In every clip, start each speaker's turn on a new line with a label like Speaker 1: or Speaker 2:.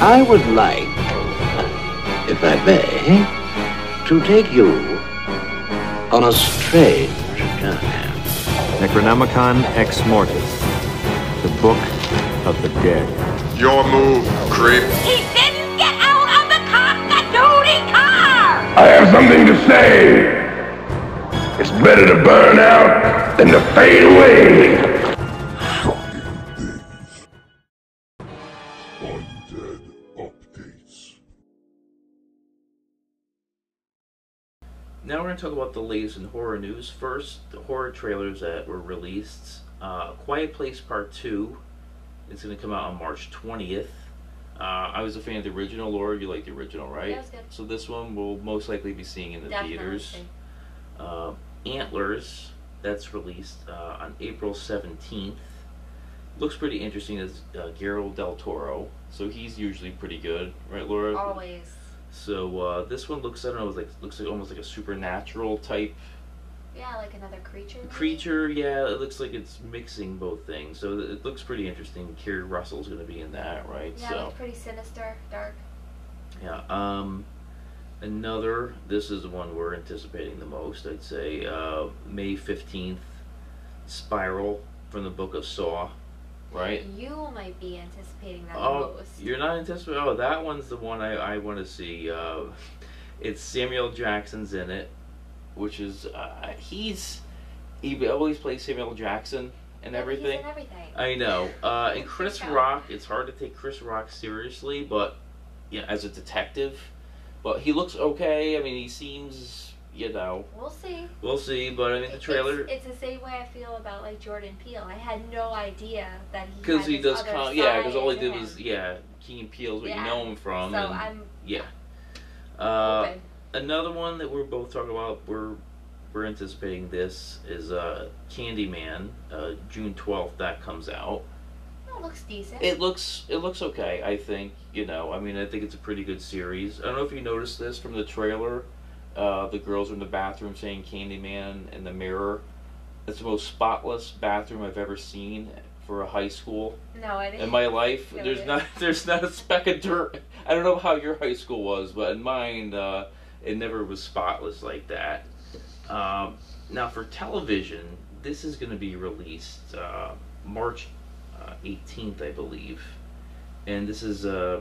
Speaker 1: I would like, if I may, to take you on a strange journey.
Speaker 2: Necronomicon Ex Mortis, the Book of the Dead.
Speaker 3: Your move, creep.
Speaker 4: He didn't get out of the Costa Duty car!
Speaker 5: I have something to say. It's better to burn out than to fade away.
Speaker 3: Undead updates.
Speaker 6: Now we're going to talk about the latest in horror news. First, the horror trailers that were released. Uh, Quiet Place Part 2 is going to come out on March 20th. Uh, I was a fan of the original. Laura, you like the original, right?
Speaker 4: Yeah, it was good.
Speaker 6: So this one we'll most likely be seeing in the theaters. Uh, Antlers, that's released uh, on April 17th. Looks pretty interesting as uh, Gerald del Toro. So he's usually pretty good, right, Laura?
Speaker 4: Always.
Speaker 6: So uh, this one looks, I don't know, like looks like almost like a supernatural type
Speaker 4: Yeah, like another creature. maybe?
Speaker 6: creature. Yeah, it looks like it's mixing both things. So th- it looks pretty interesting. Kerry Russell's going to be in that, right?
Speaker 4: Yeah,
Speaker 6: so
Speaker 4: it was pretty sinister, dark.
Speaker 6: yeah. Um, another. This is the one we're anticipating the most. I'd say uh, May fifteenth. Spiral from the Book of Saw, right?
Speaker 4: You might be anticipating that
Speaker 6: Oh,
Speaker 4: the most.
Speaker 6: you're not anticipating. Oh, that one's the one I, I want to see. Uh, it's Samuel Jackson's in it, which is uh, he's he always plays Samuel Jackson and
Speaker 4: Yeah, but he's in
Speaker 6: everything.
Speaker 4: everything.
Speaker 6: I know. Uh, and Chris
Speaker 4: Yeah.
Speaker 6: Rock, it's hard to take Chris Rock seriously, but yeah, as a detective, but he looks okay. I mean, he seems, you know,
Speaker 4: We'll see.
Speaker 6: we'll see. But I mean, the
Speaker 4: It's-
Speaker 6: trailer
Speaker 4: It's, the same way I feel about like Jordan Peele. I had no idea that he.
Speaker 6: because
Speaker 4: had
Speaker 6: he
Speaker 4: this
Speaker 6: does,
Speaker 4: other
Speaker 6: com- yeah, because
Speaker 4: side
Speaker 6: all he
Speaker 4: to
Speaker 6: did
Speaker 4: him.
Speaker 6: was yeah, King Peele's what
Speaker 4: Yeah.
Speaker 6: you know him from.
Speaker 4: So
Speaker 6: and,
Speaker 4: I'm
Speaker 6: yeah. Uh,
Speaker 4: open.
Speaker 6: another one that we're both talking about we're we're anticipating this is uh candyman uh june 12th that comes out
Speaker 4: That looks decent.
Speaker 6: it looks it looks okay i think you know i mean i think it's a pretty good series i don't know if you noticed this from the trailer uh the girls are in the bathroom saying candyman in the mirror it's the most spotless bathroom i've ever seen for a high school
Speaker 4: no, I didn't.
Speaker 6: in my life
Speaker 4: No,
Speaker 6: there's
Speaker 4: it-
Speaker 6: not there's not a speck of dirt i don't know how your high school was but in mine uh, it never was spotless like that um, now for television this is going to be released uh, march uh, 18th i believe and this is uh,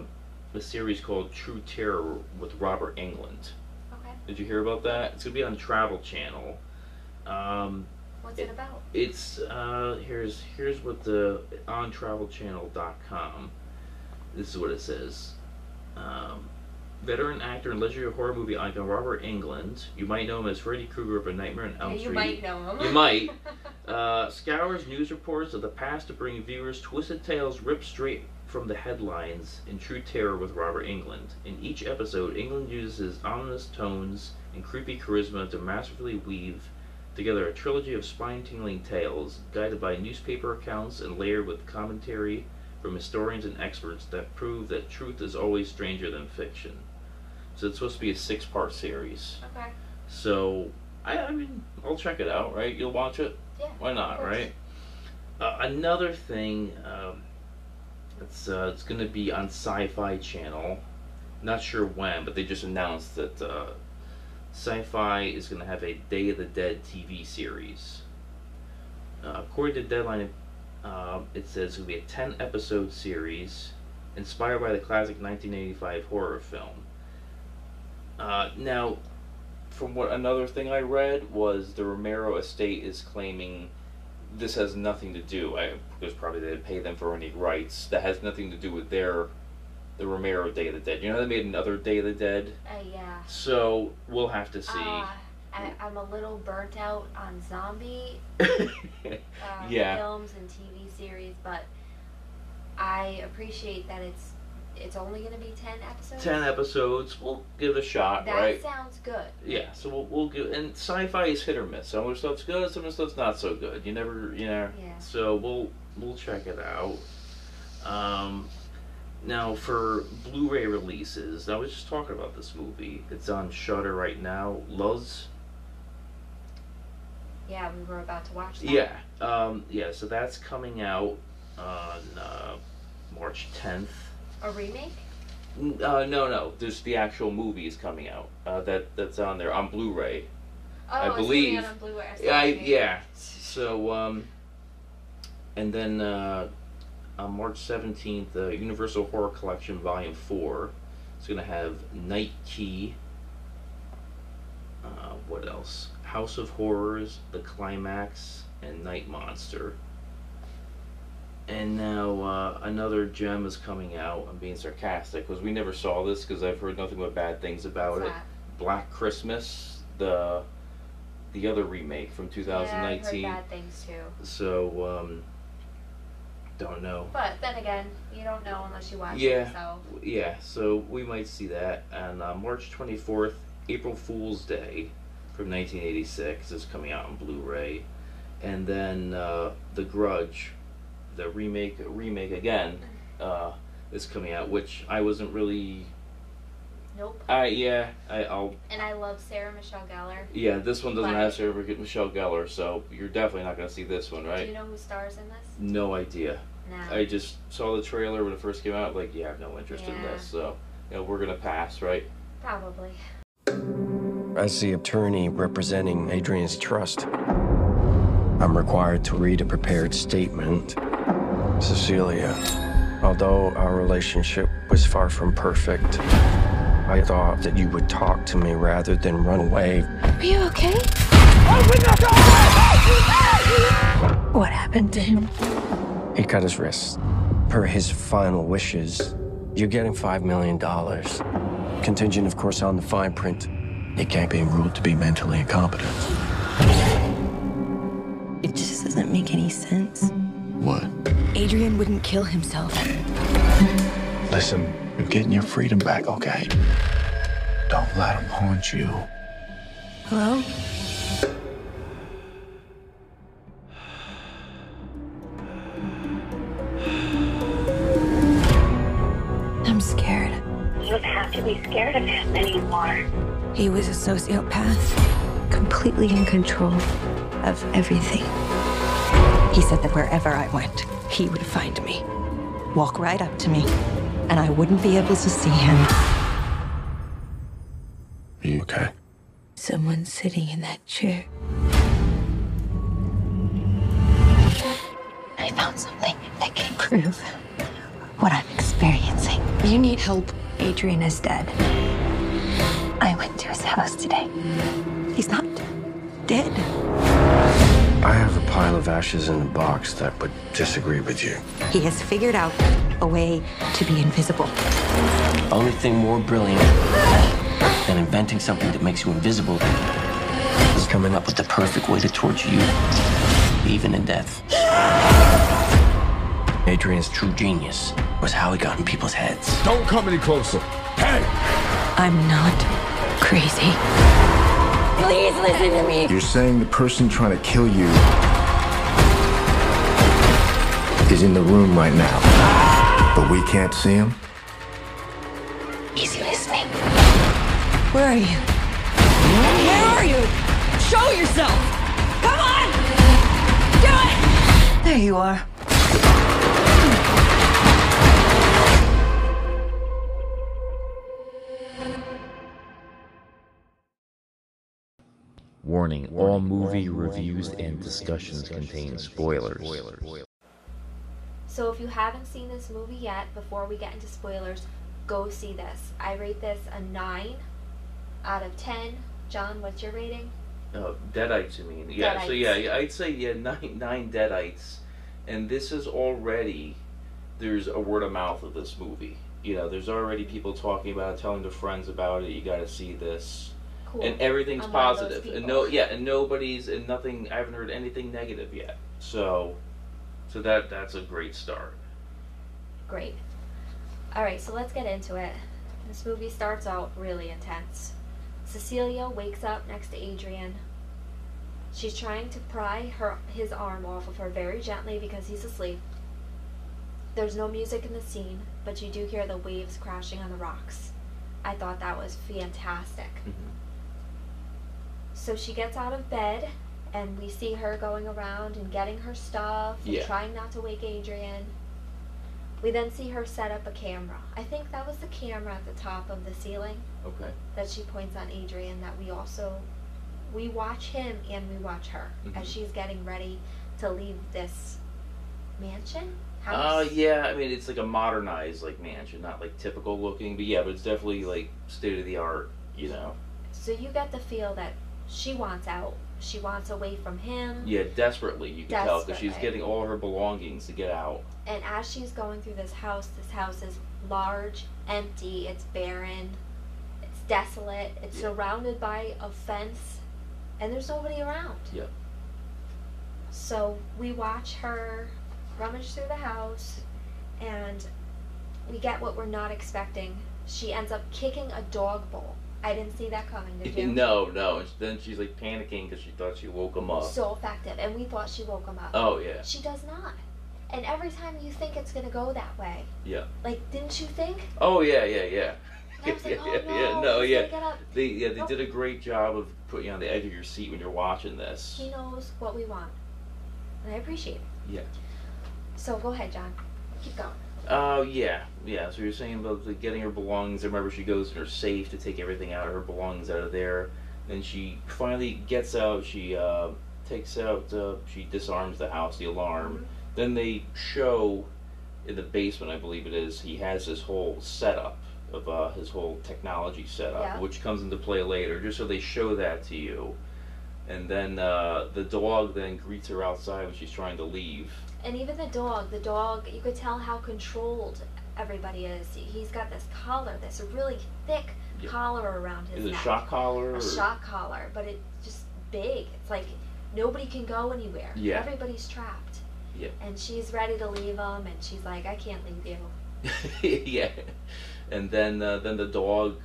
Speaker 6: a series called true terror with robert england
Speaker 4: okay.
Speaker 6: did you hear about that it's going to be on travel channel um,
Speaker 4: What's it, about?
Speaker 6: it's uh here's here's what the on travelchannel.com this is what it says um veteran actor and legendary horror movie icon robert england you might know him as freddy krueger of a nightmare on elm
Speaker 4: Yeah, you
Speaker 6: street
Speaker 4: might know him.
Speaker 6: You might. uh, scours news reports of the past to bring viewers twisted tales ripped straight from the headlines in true terror with Robert England. In each episode, England uses his ominous tones and creepy charisma to masterfully weave together a trilogy of spine tingling tales, guided by newspaper accounts and layered with commentary from historians and experts that prove that truth is always stranger than fiction. So it's supposed to be a six part series.
Speaker 4: okay.
Speaker 6: So I, I mean, I'll check it out, right? You'll watch it.
Speaker 4: Yeah.
Speaker 6: Why not,
Speaker 4: of course.
Speaker 6: right? Uh, another thing, um, it's uh, it's gonna be on Sci-Fi Channel. Not sure when, but they just announced that uh, Sci-Fi is gonna have a Day of the Dead TV series. Uh, according to Deadline, um it says it's gonna be a ten-episode series inspired by the classic 1985 horror film. Uh, now, from what another thing I read was the Romero estate is claiming this has nothing to do. I because probably they didn't pay them for any rights. That has nothing to do with their the Romero Day of the Dead. You know they made another Day of the Dead.
Speaker 4: Uh, yeah.
Speaker 6: So we'll have to see.
Speaker 4: Uh, I, I'm a little burnt out on zombie uh,
Speaker 6: Yeah.
Speaker 4: films and TV series, but I appreciate that it's it's only going to be ten episodes.
Speaker 6: Ten episodes. We'll give it a shot,
Speaker 4: That
Speaker 6: right?
Speaker 4: sounds good.
Speaker 6: Yeah. So we'll, we'll give. And sci-fi is hit or miss. Some of the stuff's good. Some of the stuff's not so good. You never. You know.
Speaker 4: Yeah.
Speaker 6: So we'll we'll check it out. Um, now for Blu-ray releases, I was just talking about this movie. It's on Shutter right now. Loves.
Speaker 4: Yeah, we were about to watch that.
Speaker 6: Yeah. Um, yeah. So that's coming out on uh, March 10th.
Speaker 4: A remake?
Speaker 6: Uh, no, no. There's the actual movie is coming out. Uh, that that's on there on Blu-ray.
Speaker 4: Oh, it's coming
Speaker 6: believe-
Speaker 4: out on Blu-ray. I saw
Speaker 6: Yeah, I,
Speaker 4: it.
Speaker 6: yeah. So um, and then uh, on March seventeenth, uh, Universal Horror Collection Volume Four. It's gonna have Night Key. Uh, what else? House of Horrors, The Climax, and Night Monster. And now uh, another gem is coming out. I'm being sarcastic because we never saw this because I've heard nothing but bad things about
Speaker 4: What's
Speaker 6: it.
Speaker 4: that?
Speaker 6: Black Christmas, the the other remake from
Speaker 4: Yeah,
Speaker 6: 2019.
Speaker 4: I've heard bad things too.
Speaker 6: so um, don't know.
Speaker 4: But then again, you don't know unless you watch
Speaker 6: Yeah.
Speaker 4: it. So
Speaker 6: Yeah, so we might see that. And uh, March 24th, April Fool's Day from 1986 is coming out on Blu-ray, and then uh, The Grudge, the remake remake again,
Speaker 4: Mm-hmm.
Speaker 6: uh, is coming out, which I wasn't really.
Speaker 4: nope.
Speaker 6: I yeah, I, I'll
Speaker 4: And I love Sarah Michelle Gellar.
Speaker 6: yeah. This one doesn't
Speaker 4: Right.
Speaker 6: have Sarah Michelle Gellar, so you're definitely not gonna see this one,
Speaker 4: Do you
Speaker 6: right?
Speaker 4: know who stars in this?
Speaker 6: No idea.
Speaker 4: No.
Speaker 6: I just saw the trailer when it first came out. Like, yeah, I have no interest in
Speaker 4: Yeah.
Speaker 6: this. So, you know, we're gonna pass, right?
Speaker 4: Probably.
Speaker 7: As the attorney representing Adrian's trust, I'm required to read a prepared statement. Cecilia, although our relationship was far from perfect, I thought that you would talk to me rather than run away.
Speaker 8: Are you okay? What happened to him?
Speaker 7: He cut his wrist. Per his final wishes, you're getting $5 million. Contingent, of course, on the fine print. He can't be ruled to be mentally incompetent.
Speaker 8: It just doesn't make any sense.
Speaker 9: What?
Speaker 8: Adrian wouldn't kill himself.
Speaker 9: Listen, you're getting your freedom back, okay? Don't let them haunt you.
Speaker 8: Hello? I'm scared.
Speaker 10: You don't have to be scared of him anymore.
Speaker 8: He was a sociopath, completely in control of everything. He said that wherever I went, he would find me, walk right up to me, and I wouldn't be able to see him.
Speaker 9: Are you okay?
Speaker 8: Someone sitting in that chair.
Speaker 10: I found something that can prove what I'm experiencing.
Speaker 8: You need help.
Speaker 10: Adrian is dead. I went to his house today.
Speaker 8: He's not dead.
Speaker 7: I have a pile of ashes in a box that would disagree with you.
Speaker 8: He has figured out a way to be invisible.
Speaker 7: Only thing more brilliant than inventing something that makes you invisible is coming up with the perfect way to torture you, even in death. Adrian's true genius was how he got in people's heads.
Speaker 3: Don't come any closer. Hey!
Speaker 8: I'm not crazy. Please listen to me.
Speaker 9: You're saying the person trying to kill you is in the room right now, but we can't see him?
Speaker 10: Is he listening?
Speaker 8: Where are you? Where are you? Show yourself! Come on! Do it! There you are.
Speaker 11: Warning, all movie reviews and discussions contain spoilers.
Speaker 4: So if you haven't seen this movie yet, before we get into spoilers, go see this. I rate this a nine out of ten. John, what's your rating?
Speaker 6: Oh, deadites, you mean? Yeah. So
Speaker 4: Deadites.
Speaker 6: yeah, yeah, I'd say yeah, nine nine deadites, and this is already there's a word of mouth of this movie. You know, there's already people talking about it, telling their friends about it. You got to see this,
Speaker 4: Cool.
Speaker 6: and everything's
Speaker 4: I'm one of those
Speaker 6: positive, and
Speaker 4: people.
Speaker 6: no, yeah, and nobody's and nothing. I haven't heard anything negative yet. So, so that that's a great start.
Speaker 4: Great. All right, so let's get into it. This movie starts out really intense. Cecilia wakes up next to Adrian. She's trying to pry her his arm off of her very gently because he's asleep. There's no music in the scene, but you do hear the waves crashing on the rocks. I thought that was fantastic. So she gets out of bed, and we see her going around and getting her stuff, and
Speaker 6: Yeah.
Speaker 4: trying not to wake Adrian. We then see her set up a camera. I think that was the camera at the top of the ceiling
Speaker 6: Okay.
Speaker 4: that she points on Adrian that we also we watch him and we watch her as
Speaker 6: Mhm.
Speaker 4: she's getting ready to leave this mansion
Speaker 6: Oh
Speaker 4: house.
Speaker 6: yeah, I mean it's like a modernized like mansion, not like typical looking, but yeah, but it's definitely like state of the art, you know.
Speaker 4: So you get the feel that she wants out. She wants away from him.
Speaker 6: Yeah, desperately you can tell because she's
Speaker 4: Mm-hmm. Desperately.
Speaker 6: getting all her belongings to get out.
Speaker 4: And as she's going through this house, this house is large, empty, it's barren, it's desolate, it's
Speaker 6: Yeah.
Speaker 4: surrounded by a fence, and there's nobody around.
Speaker 6: Yep.
Speaker 4: So we watch her rummage through the house, and we get what we're not expecting. She ends up kicking a dog bowl. I didn't see that coming, did you?
Speaker 6: no, no. and Then she's like panicking because she thought she woke him up.
Speaker 4: So effective, and we thought she woke him up.
Speaker 6: Oh, yeah.
Speaker 4: She does not. And every time you think it's gonna go that way,
Speaker 6: yeah.
Speaker 4: like, didn't you think?
Speaker 6: Oh yeah, yeah, yeah.
Speaker 4: I was like,
Speaker 6: yeah,
Speaker 4: "Oh,
Speaker 6: yeah, yeah,
Speaker 4: no,
Speaker 6: no,
Speaker 4: he's
Speaker 6: yeah.
Speaker 4: gonna get up."
Speaker 6: They yeah they
Speaker 4: Nope.
Speaker 6: did a great job of putting you on the edge of your seat when you're watching this.
Speaker 4: He knows what we want. And I appreciate it.
Speaker 6: Yeah.
Speaker 4: So go ahead, John. Keep going.
Speaker 6: Oh yeah, yeah. So you're saying about the getting her belongings. I remember she goes in her safe to take everything out of her belongings out of there. Then she finally gets out. She uh, takes out. Uh, she disarms the house, the alarm.
Speaker 4: Mm-hmm.
Speaker 6: Then they show in the basement, I believe it is. He has this whole setup of uh, his whole technology setup,
Speaker 4: Yeah.
Speaker 6: which comes into play later. Just so they show that to you. And then uh, the dog then greets her outside when she's trying to leave.
Speaker 4: And even the dog, the dog, you could tell how controlled everybody is. He's got this collar, this really thick
Speaker 6: Yeah.
Speaker 4: collar around his
Speaker 6: Is it
Speaker 4: neck.
Speaker 6: shock collar?
Speaker 4: A
Speaker 6: or-
Speaker 4: shock collar, but it's just big. It's like nobody can go anywhere.
Speaker 6: Yeah.
Speaker 4: Everybody's trapped.
Speaker 6: Yeah.
Speaker 4: And she's ready to leave him, and she's like, I can't leave you.
Speaker 6: yeah, and then uh, then the dog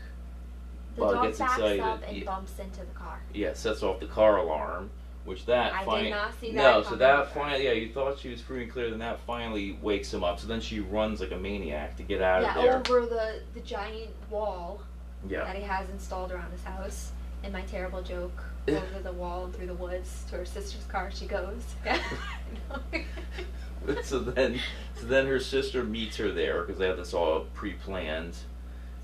Speaker 4: The
Speaker 6: well,
Speaker 4: dog
Speaker 6: gets
Speaker 4: backs
Speaker 6: excited.
Speaker 4: up and
Speaker 6: yeah,
Speaker 4: bumps into the car.
Speaker 6: yeah, sets off the car alarm, which that
Speaker 4: I did
Speaker 6: finally
Speaker 4: not see that
Speaker 6: no, so
Speaker 4: coming.
Speaker 6: that finally yeah, you thought she was free and clear, then that finally wakes him up. So then she runs like a maniac to get out
Speaker 4: yeah,
Speaker 6: of there.
Speaker 4: over the, the giant wall
Speaker 6: yeah,
Speaker 4: that he has installed around his house. And my terrible joke
Speaker 6: Yeah.
Speaker 4: over the wall and through the woods to her sister's car she goes. Yeah.
Speaker 6: so then so then her sister meets her there because they have this all pre-planned.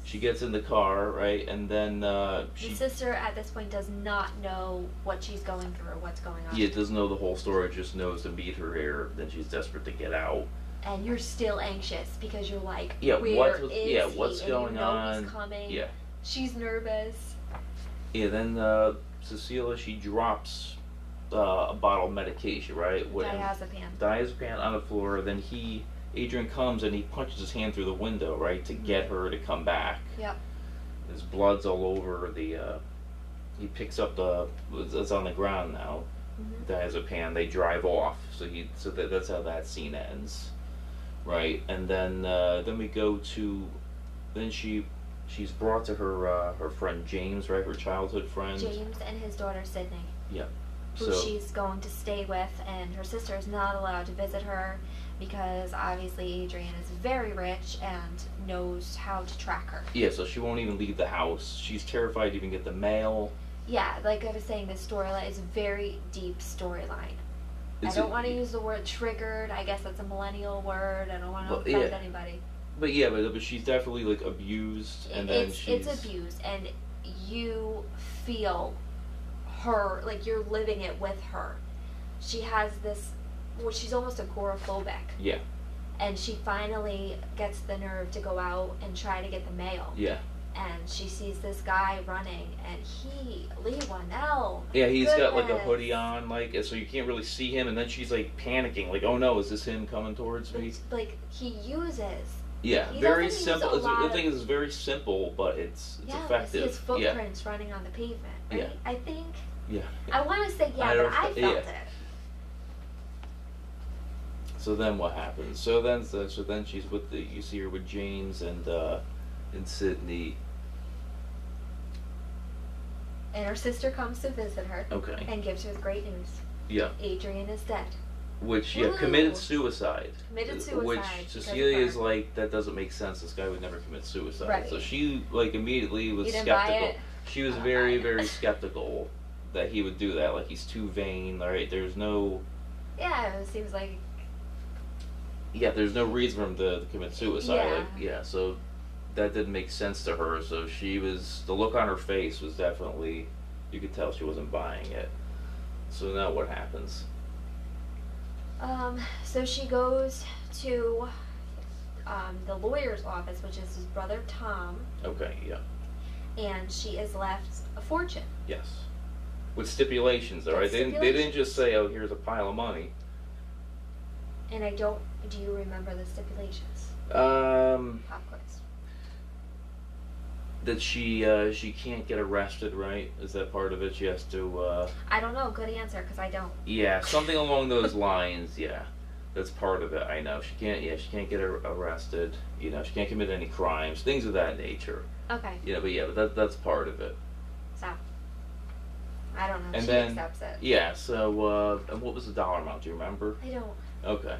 Speaker 6: She gets in the car, right, and then uh,
Speaker 4: the
Speaker 6: she
Speaker 4: sister at this point does not know what she's going through or what's going on.
Speaker 6: yeah doesn't know the whole story, just knows to meet her here. Then she's desperate to get out.
Speaker 4: And you're still anxious because you're like,
Speaker 6: Yeah,
Speaker 4: where
Speaker 6: what's with-
Speaker 4: is
Speaker 6: yeah,
Speaker 4: he?
Speaker 6: what's
Speaker 4: And you
Speaker 6: going
Speaker 4: know he's
Speaker 6: on?
Speaker 4: coming.
Speaker 6: Yeah.
Speaker 4: She's nervous.
Speaker 6: Yeah, then uh, Cecilia she drops uh, a bottle of medication, right? When-
Speaker 4: Diazepam.
Speaker 6: diazepam on the floor. Then he, Adrian comes and he punches his hand through the window, right, to get her to come back.
Speaker 4: Mm-hmm. Yep.
Speaker 6: His blood's all over the. Uh, he picks up the. It's on the ground now.
Speaker 4: Mhm.
Speaker 6: Diazepam. They drive off. So he. So that, that's how that scene ends, right? And then uh, then we go to. Then she. She's brought to her uh, her friend James, right? Her childhood friend.
Speaker 4: James and his daughter Sydney.
Speaker 6: Yeah.
Speaker 4: who
Speaker 6: So
Speaker 4: she's going to stay with, and her sister is not allowed to visit her because obviously Adrian is very rich and knows how to track her.
Speaker 6: yeah, so she won't even leave the house. She's terrified to even get the mail.
Speaker 4: Yeah, like I was saying, this storyline is a very deep storyline. I
Speaker 6: It's
Speaker 4: don't
Speaker 6: a-
Speaker 4: want to use the word triggered. I guess that's a millennial word. I don't want to
Speaker 6: Well,
Speaker 4: offend
Speaker 6: yeah.
Speaker 4: anybody.
Speaker 6: But yeah, but, but she's definitely like abused, and then
Speaker 4: it's
Speaker 6: she's
Speaker 4: it's abuse, and you feel her like you're living it with her. She has this. Well, she's almost agoraphobic.
Speaker 6: Yeah,
Speaker 4: and she finally gets the nerve to go out and try to get the mail.
Speaker 6: yeah,
Speaker 4: And she sees this guy running, and he Lee Wanell.
Speaker 6: yeah. He's
Speaker 4: He's
Speaker 6: got like a hoodie on, like, and so you can't really see him. And then she's like panicking, like, "Oh no, is this him coming towards me?"
Speaker 4: Like he uses.
Speaker 6: Yeah,
Speaker 4: He
Speaker 6: very
Speaker 4: doesn't use
Speaker 6: simple.
Speaker 4: a
Speaker 6: It's-
Speaker 4: lot
Speaker 6: The
Speaker 4: of-
Speaker 6: thing is, it's very simple, but it's it's
Speaker 4: yeah, like,
Speaker 6: effective.
Speaker 4: his
Speaker 6: yeah,
Speaker 4: footprints running on the pavement. Right?
Speaker 6: Yeah.
Speaker 4: I think
Speaker 6: yeah.
Speaker 4: I want to say yeah,
Speaker 6: I
Speaker 4: but
Speaker 6: don't-
Speaker 4: I felt
Speaker 6: yeah.
Speaker 4: it.
Speaker 6: So then what happens? So then so, so then she's with the you see her with James and uh and Sydney.
Speaker 4: And her sister comes to visit her
Speaker 6: Okay.
Speaker 4: and gives her the great news:
Speaker 6: Yeah.
Speaker 4: Adrian is dead.
Speaker 6: Which yeah
Speaker 4: Ooh.
Speaker 6: committed suicide.
Speaker 4: Committed
Speaker 6: Uh,
Speaker 4: suicide
Speaker 6: Which
Speaker 4: because of
Speaker 6: Cecilia is
Speaker 4: her.
Speaker 6: like that doesn't make sense. This guy would never commit suicide.
Speaker 4: Right.
Speaker 6: So she like immediately was
Speaker 4: You didn't buy
Speaker 6: skeptical.
Speaker 4: it?
Speaker 6: She was
Speaker 4: I don't
Speaker 6: very
Speaker 4: buy it.
Speaker 6: very skeptical that he would do that. Like he's too vain. All right, there's no
Speaker 4: Yeah, it seems like
Speaker 6: yeah, there's no reason for him to commit suicide.
Speaker 4: Yeah.
Speaker 6: Like, yeah, so that didn't make sense to her. So she was the look on her face was definitely you could tell she wasn't buying it. So now what happens?
Speaker 4: Um, so she goes to um, the lawyer's office, which is his brother Tom,
Speaker 6: Okay, yeah,
Speaker 4: and she is left a fortune.
Speaker 6: yes, with stipulations, though, right? They didn't, they didn't just say, "Oh, here's a pile of money."
Speaker 4: And I don't. Do you remember the stipulations?
Speaker 6: Um,
Speaker 4: Pop quiz.
Speaker 6: that she uh, she can't get arrested, right? Is that part of it? She has to. Uh,
Speaker 4: I don't know. Good answer, because I don't.
Speaker 6: Yeah, something along those lines. Yeah, that's part of it. I know she can't. Yeah, she can't get ar- arrested. You know, she can't commit any crimes, things of that nature.
Speaker 4: Okay.
Speaker 6: You know, but yeah, but that, that's part of it.
Speaker 4: So I don't know.
Speaker 6: And
Speaker 4: she
Speaker 6: then
Speaker 4: accepts it.
Speaker 6: yeah. So uh, and what was the dollar amount? Do you remember?
Speaker 4: I don't.
Speaker 6: Okay.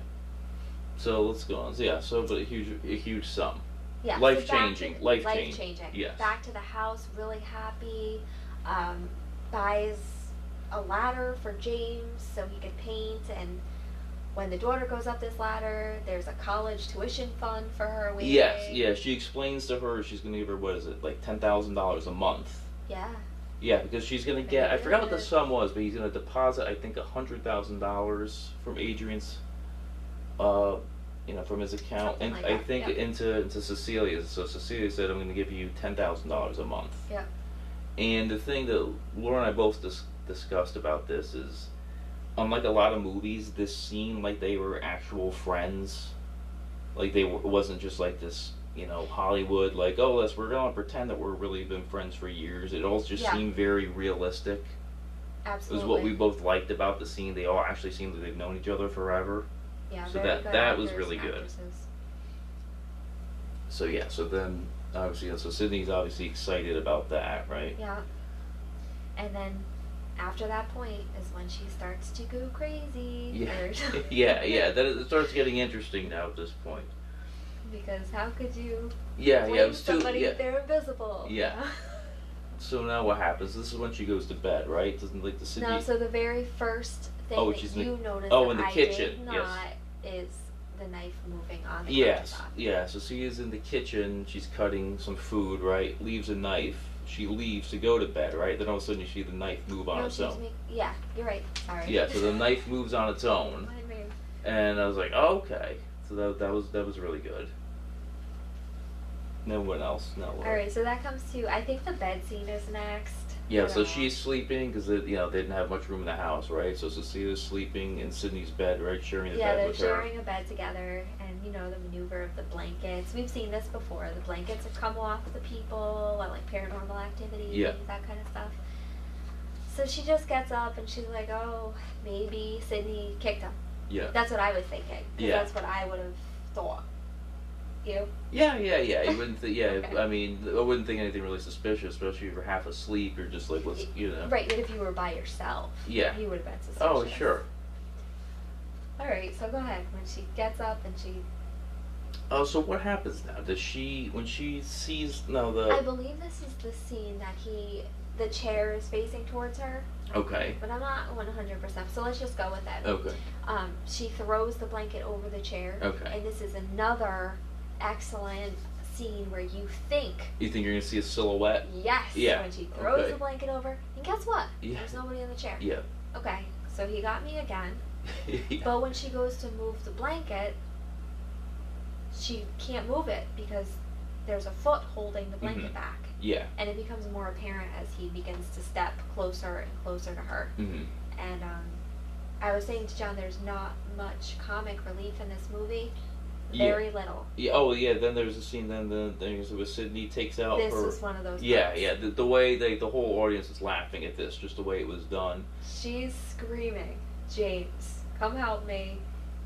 Speaker 6: So let's go on. Yeah. So but a huge a huge sum.
Speaker 4: Yeah. so back
Speaker 6: Life
Speaker 4: to-
Speaker 6: changing. Life changing.
Speaker 4: Life changing.
Speaker 6: Yes.
Speaker 4: Back to the house, really happy. Um, buys a ladder for James so he could paint and. When the daughter goes up this ladder, there's a college tuition fund for her. waiting.
Speaker 6: Yes. Yeah. She explains to her she's gonna give her what is it like ten thousand dollars a month.
Speaker 4: Yeah.
Speaker 6: Yeah, because she's gonna get. I forgot what the sum was, but he's gonna deposit. I think a hundred thousand dollars from Adrian's, uh, you know, from his account,
Speaker 4: Something
Speaker 6: and
Speaker 4: like
Speaker 6: I
Speaker 4: that,
Speaker 6: think
Speaker 4: yeah.
Speaker 6: into into Cecilia's. So Cecilia said, "I'm gonna give you ten thousand dollars a month."
Speaker 4: Yeah.
Speaker 6: And the thing that Laura and I both dis- discussed about this is, unlike a lot of movies, this seemed like they were actual friends. Like they were, it wasn't just like this, you know, Hollywood. Like, oh, let's we're gonna pretend that we're really been friends for years. It all just
Speaker 4: Yeah.
Speaker 6: seemed very realistic. It
Speaker 4: Absolutely.
Speaker 6: was what we both liked about the scene. They all actually seemed like they've known each other forever.
Speaker 4: Yeah,
Speaker 6: so
Speaker 4: very
Speaker 6: that-
Speaker 4: good
Speaker 6: that was
Speaker 4: actors
Speaker 6: really
Speaker 4: and
Speaker 6: good.
Speaker 4: actresses.
Speaker 6: So yeah. So then, obviously, so Sydney's obviously excited about that, right?
Speaker 4: Yeah. And then after that point is when she starts to go crazy.
Speaker 6: Yeah.
Speaker 4: Or-
Speaker 6: yeah. Yeah. That is, it starts getting interesting now at this point.
Speaker 4: because how could you
Speaker 6: Yeah,
Speaker 4: blame
Speaker 6: yeah, it was too.
Speaker 4: somebody
Speaker 6: Yeah.
Speaker 4: if they're invisible? you
Speaker 6: Yeah.
Speaker 4: know?
Speaker 6: So now what happens? This is when she goes to bed, right? Doesn't like the city.
Speaker 4: No, so the very first thing
Speaker 6: Oh,
Speaker 4: that
Speaker 6: she's in the-
Speaker 4: you notice
Speaker 6: oh,
Speaker 4: that
Speaker 6: in the
Speaker 4: I
Speaker 6: kitchen,
Speaker 4: did not
Speaker 6: yes.
Speaker 4: is the knife moving on the
Speaker 6: yes,
Speaker 4: countertop.
Speaker 6: yeah. So she is in the kitchen. She's cutting some food, right? Leaves a knife. She leaves to go to bed, right? Then all of a sudden you see the knife move on
Speaker 4: No,
Speaker 6: its
Speaker 4: she's
Speaker 6: own.
Speaker 4: make- yeah, you're right. Sorry.
Speaker 6: Yeah, so the knife moves on its own,
Speaker 4: My brain.
Speaker 6: and I was like, oh, okay. So that that was that was really good. No one else, no one.
Speaker 4: All right, so that comes to I think the bed scene is next. um,
Speaker 6: Yeah,
Speaker 4: Or
Speaker 6: so
Speaker 4: no?
Speaker 6: she's sleeping because you know they didn't have much room in the house, right? So Cecilia's sleeping in Sydney's bed, right? Sharing the
Speaker 4: Yeah,
Speaker 6: bed
Speaker 4: they're
Speaker 6: with her.
Speaker 4: sharing a bed together, and you know the maneuver of the blankets. We've seen this before. The blankets have come off the people, or like paranormal activity,
Speaker 6: Yeah.
Speaker 4: that kind of stuff. So she just gets up and she's like, "Oh, maybe Sydney kicked him."
Speaker 6: Yeah.
Speaker 4: That's what I was thinking. 'cause
Speaker 6: Yeah.
Speaker 4: That's what I would have thought. You?
Speaker 6: Yeah, yeah, yeah. You wouldn't, th- yeah.
Speaker 4: Okay.
Speaker 6: I mean, I wouldn't think anything really suspicious, especially if you're half asleep or just like, let's, you know.
Speaker 4: Right. But if you were by yourself,
Speaker 6: Yeah.
Speaker 4: you would have been suspicious.
Speaker 6: Oh, sure.
Speaker 4: All right. So go ahead. When she gets up and she,
Speaker 6: Oh, so what happens now? Does she when she sees no
Speaker 4: I
Speaker 6: the
Speaker 4: believe this is the scene that he, the chair is facing towards her.
Speaker 6: okay
Speaker 4: But I'm not 100%, so let's just go with it.
Speaker 6: okay
Speaker 4: Um, she throws the blanket over the chair.
Speaker 6: Okay.
Speaker 4: And this is another excellent scene where you think,
Speaker 6: you think you're gonna see a silhouette?
Speaker 4: yes,
Speaker 6: Yeah,
Speaker 4: when she throws
Speaker 6: okay.
Speaker 4: the blanket over. And guess what?
Speaker 6: Yeah.
Speaker 4: There's nobody in the chair.
Speaker 6: Yeah.
Speaker 4: Okay, so he got me again.
Speaker 6: yeah.
Speaker 4: But when she goes to move the blanket, she can't move it because there's a foot holding the blanket
Speaker 6: Mhm.
Speaker 4: back.
Speaker 6: Yeah.
Speaker 4: And it becomes more apparent as he begins to step closer and closer to her.
Speaker 6: hmm
Speaker 4: And um, I was saying to John, there's not much comic relief in this movie.
Speaker 6: Yeah.
Speaker 4: Very little.
Speaker 6: Yeah. Oh, yeah. Then there's a scene. Then the thing where Sydney takes out
Speaker 4: this
Speaker 6: her.
Speaker 4: was one of those.
Speaker 6: Oh, yeah,
Speaker 4: parts.
Speaker 6: yeah. The, the way they, the whole audience is laughing at this, just the way it was done.
Speaker 4: She's screaming, James, come help me,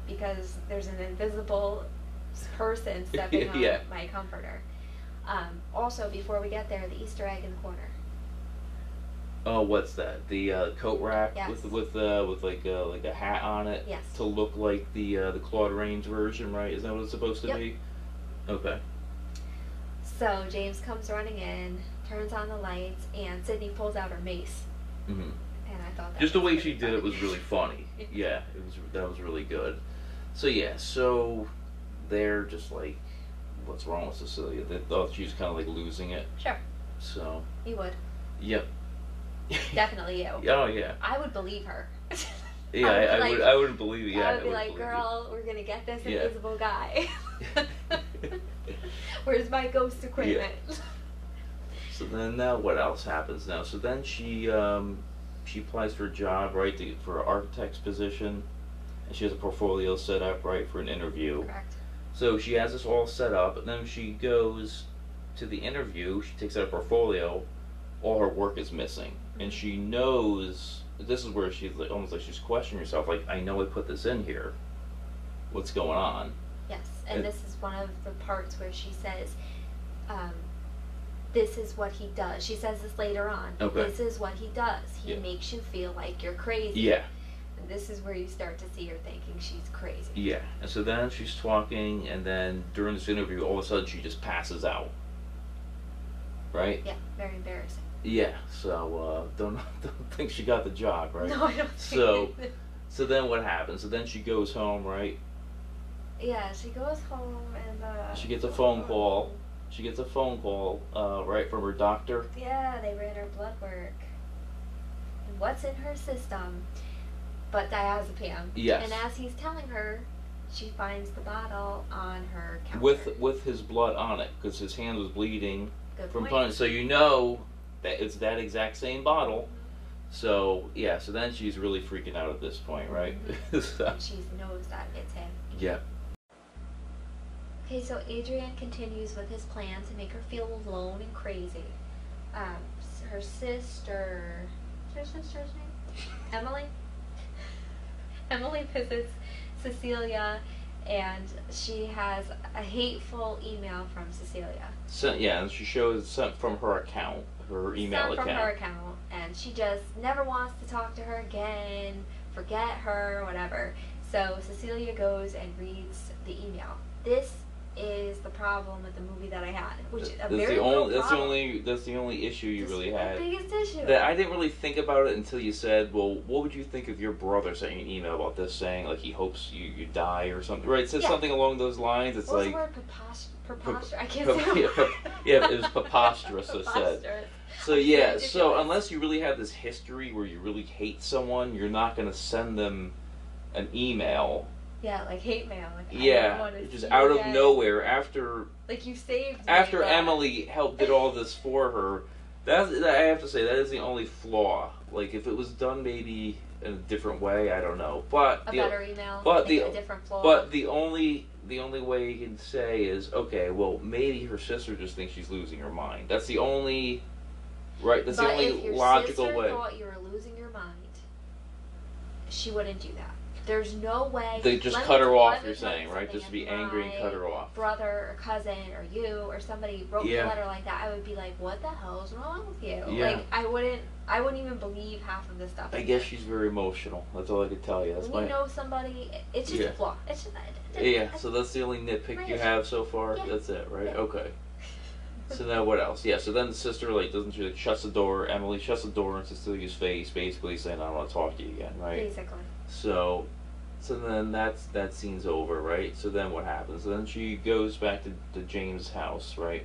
Speaker 4: because there's an invisible person stepping on
Speaker 6: Yeah.
Speaker 4: my comforter. Um, also, before we get there, the Easter egg in the corner.
Speaker 6: Oh, what's that? The uh, coat rack
Speaker 4: Yes.
Speaker 6: with with uh, with like a, like a hat on it
Speaker 4: Yes.
Speaker 6: to look like the uh, the Claude Rains version, right? Is that what it's supposed to
Speaker 4: Yep.
Speaker 6: be? Okay.
Speaker 4: So James comes running in, turns on the lights, and Sydney pulls out her mace.
Speaker 6: hmm
Speaker 4: And I thought that
Speaker 6: Just the
Speaker 4: was
Speaker 6: way
Speaker 4: pretty
Speaker 6: she did it
Speaker 4: funny.
Speaker 6: was really funny. Yeah, it was that was really good. So yeah, so they're just like, what's wrong with Cecilia? They thought she was kind of like losing it.
Speaker 4: Sure.
Speaker 6: So.
Speaker 4: You would.
Speaker 6: Yep.
Speaker 4: Definitely you.
Speaker 6: Oh yeah.
Speaker 4: I would believe her.
Speaker 6: Yeah, I, I
Speaker 4: like-
Speaker 6: would. I would believe it. Yeah,
Speaker 4: I would be like,
Speaker 6: believe it.
Speaker 4: girl, we're gonna get this
Speaker 6: Yeah.
Speaker 4: invisible guy. Where's my ghost equipment?
Speaker 6: So then now what else happens now? So then she um, she applies for a job right to, for an architect's position, and she has a portfolio set up right for an interview.
Speaker 4: Correct.
Speaker 6: So she has this all set up, and then she goes to the interview. She takes out a portfolio. All her work is missing, and she knows this is where she's like, almost like she's questioning herself. Like I know I put this in here. What's going on?
Speaker 4: Yes, and
Speaker 6: Uh,
Speaker 4: this is one of the parts where she says, um, "This is what he does." She says this later on.
Speaker 6: Okay.
Speaker 4: This is what he does. He
Speaker 6: Yeah.
Speaker 4: makes you feel like you're crazy.
Speaker 6: Yeah.
Speaker 4: And this is where you start to see her thinking she's crazy.
Speaker 6: Yeah, and so then she's talking, and then during this interview, all of a sudden she just passes out. Right?
Speaker 4: Yeah, very embarrassing.
Speaker 6: Yeah. So uh, don't don't think she got the job, right?
Speaker 4: No, I don't think
Speaker 6: So
Speaker 4: it is.
Speaker 6: so then what happens? So then she goes home, right?
Speaker 4: Yeah, she goes home and uh,
Speaker 6: She gets a phone call. She gets a phone call, uh, right, from her doctor.
Speaker 4: Yeah, they ran her blood work. And what's in her system? But diazepam.
Speaker 6: Yes.
Speaker 4: And as he's telling her, she finds the bottle on her counter.
Speaker 6: with with his blood on it because his hand was bleeding
Speaker 4: Good
Speaker 6: from
Speaker 4: point.
Speaker 6: punch. So you know that it's that exact same bottle. So yeah, so then she's really freaking out at this point, right? so,
Speaker 4: She knows that it's him.
Speaker 6: yeah,
Speaker 4: Okay, so Adrian continues with his plan to make her feel alone and crazy. Um, s- her sister, what's her sister's name? Emily. Emily visits Cecilia, and she has a hateful email from Cecilia.
Speaker 6: sent yeah, and she shows sent from her account, her email
Speaker 4: Sent
Speaker 6: account.
Speaker 4: from her account, and she just never wants to talk to her again. Forget her, whatever. So Cecilia goes and reads the email. This is the problem with the movie that I had, which is a
Speaker 6: That's
Speaker 4: very
Speaker 6: the
Speaker 4: real
Speaker 6: only. That's the
Speaker 4: problem.
Speaker 6: only. That's the only issue you really
Speaker 4: The
Speaker 6: had.
Speaker 4: biggest issue.
Speaker 6: That I didn't really think about it until you said, "Well, what would you think if your brother sent you an email about this, saying like he hopes you, you die or something?" Right? It says
Speaker 4: Yeah.
Speaker 6: something along those lines. It's
Speaker 4: what was
Speaker 6: like
Speaker 4: the word? Prepost- preposterous. I can't
Speaker 6: Prep-
Speaker 4: say. the
Speaker 6: yeah,
Speaker 4: word.
Speaker 6: prep- yeah, it was preposterous. I said.
Speaker 4: Preposterous.
Speaker 6: So yeah, so unless you really have this history where you really hate someone, you're not gonna send them an email.
Speaker 4: Yeah, like hate mail. Like, I don't
Speaker 6: Yeah,
Speaker 4: wanna
Speaker 6: just
Speaker 4: see
Speaker 6: out
Speaker 4: you
Speaker 6: of
Speaker 4: again.
Speaker 6: nowhere after
Speaker 4: Like you saved. me,
Speaker 6: after
Speaker 4: but-
Speaker 6: Emily helped did all this for her. That's that- I have to say that is the only flaw. Like if it was done maybe in a different way, I don't know. But
Speaker 4: A
Speaker 6: the,
Speaker 4: better email.
Speaker 6: but the
Speaker 4: like a different floor.
Speaker 6: but the only the only way you can say is okay. Well, maybe her sister just thinks she's losing her mind. That's the only right. That's
Speaker 4: but
Speaker 6: the
Speaker 4: if
Speaker 6: only
Speaker 4: your
Speaker 6: logical
Speaker 4: sister
Speaker 6: way.
Speaker 4: thought you were losing your mind, she wouldn't do that. There's no way.
Speaker 6: They just
Speaker 4: let me-
Speaker 6: cut her
Speaker 4: let
Speaker 6: off.
Speaker 4: me
Speaker 6: You're
Speaker 4: tell you
Speaker 6: saying right?
Speaker 4: something,
Speaker 6: Just be
Speaker 4: if
Speaker 6: angry and cut her off.
Speaker 4: my Brother or cousin or you or somebody wrote me
Speaker 6: Yeah.
Speaker 4: a letter like that. I would be like, "What the hell's wrong with you?"
Speaker 6: Yeah.
Speaker 4: Like I wouldn't. I wouldn't even believe half of the stuff.
Speaker 6: I guess she's very emotional. That's all I could tell you. That's
Speaker 4: when
Speaker 6: my
Speaker 4: you know somebody, it's just
Speaker 6: Yeah.
Speaker 4: a flaw. It's just. it- it-
Speaker 6: yeah. So that's the only nitpick you
Speaker 4: Right.
Speaker 6: have so far.
Speaker 4: Yeah.
Speaker 6: That's it, right?
Speaker 4: Yeah.
Speaker 6: Okay. So now what else? Yeah. So then the sister like doesn't she like shuts the door. Emily shuts the door in Cecilia's face, basically saying, "I don't want to talk to you again." Right.
Speaker 4: Basically.
Speaker 6: So, so then that's that scene's over, right? So then what happens? then she goes back to, to James' house, right?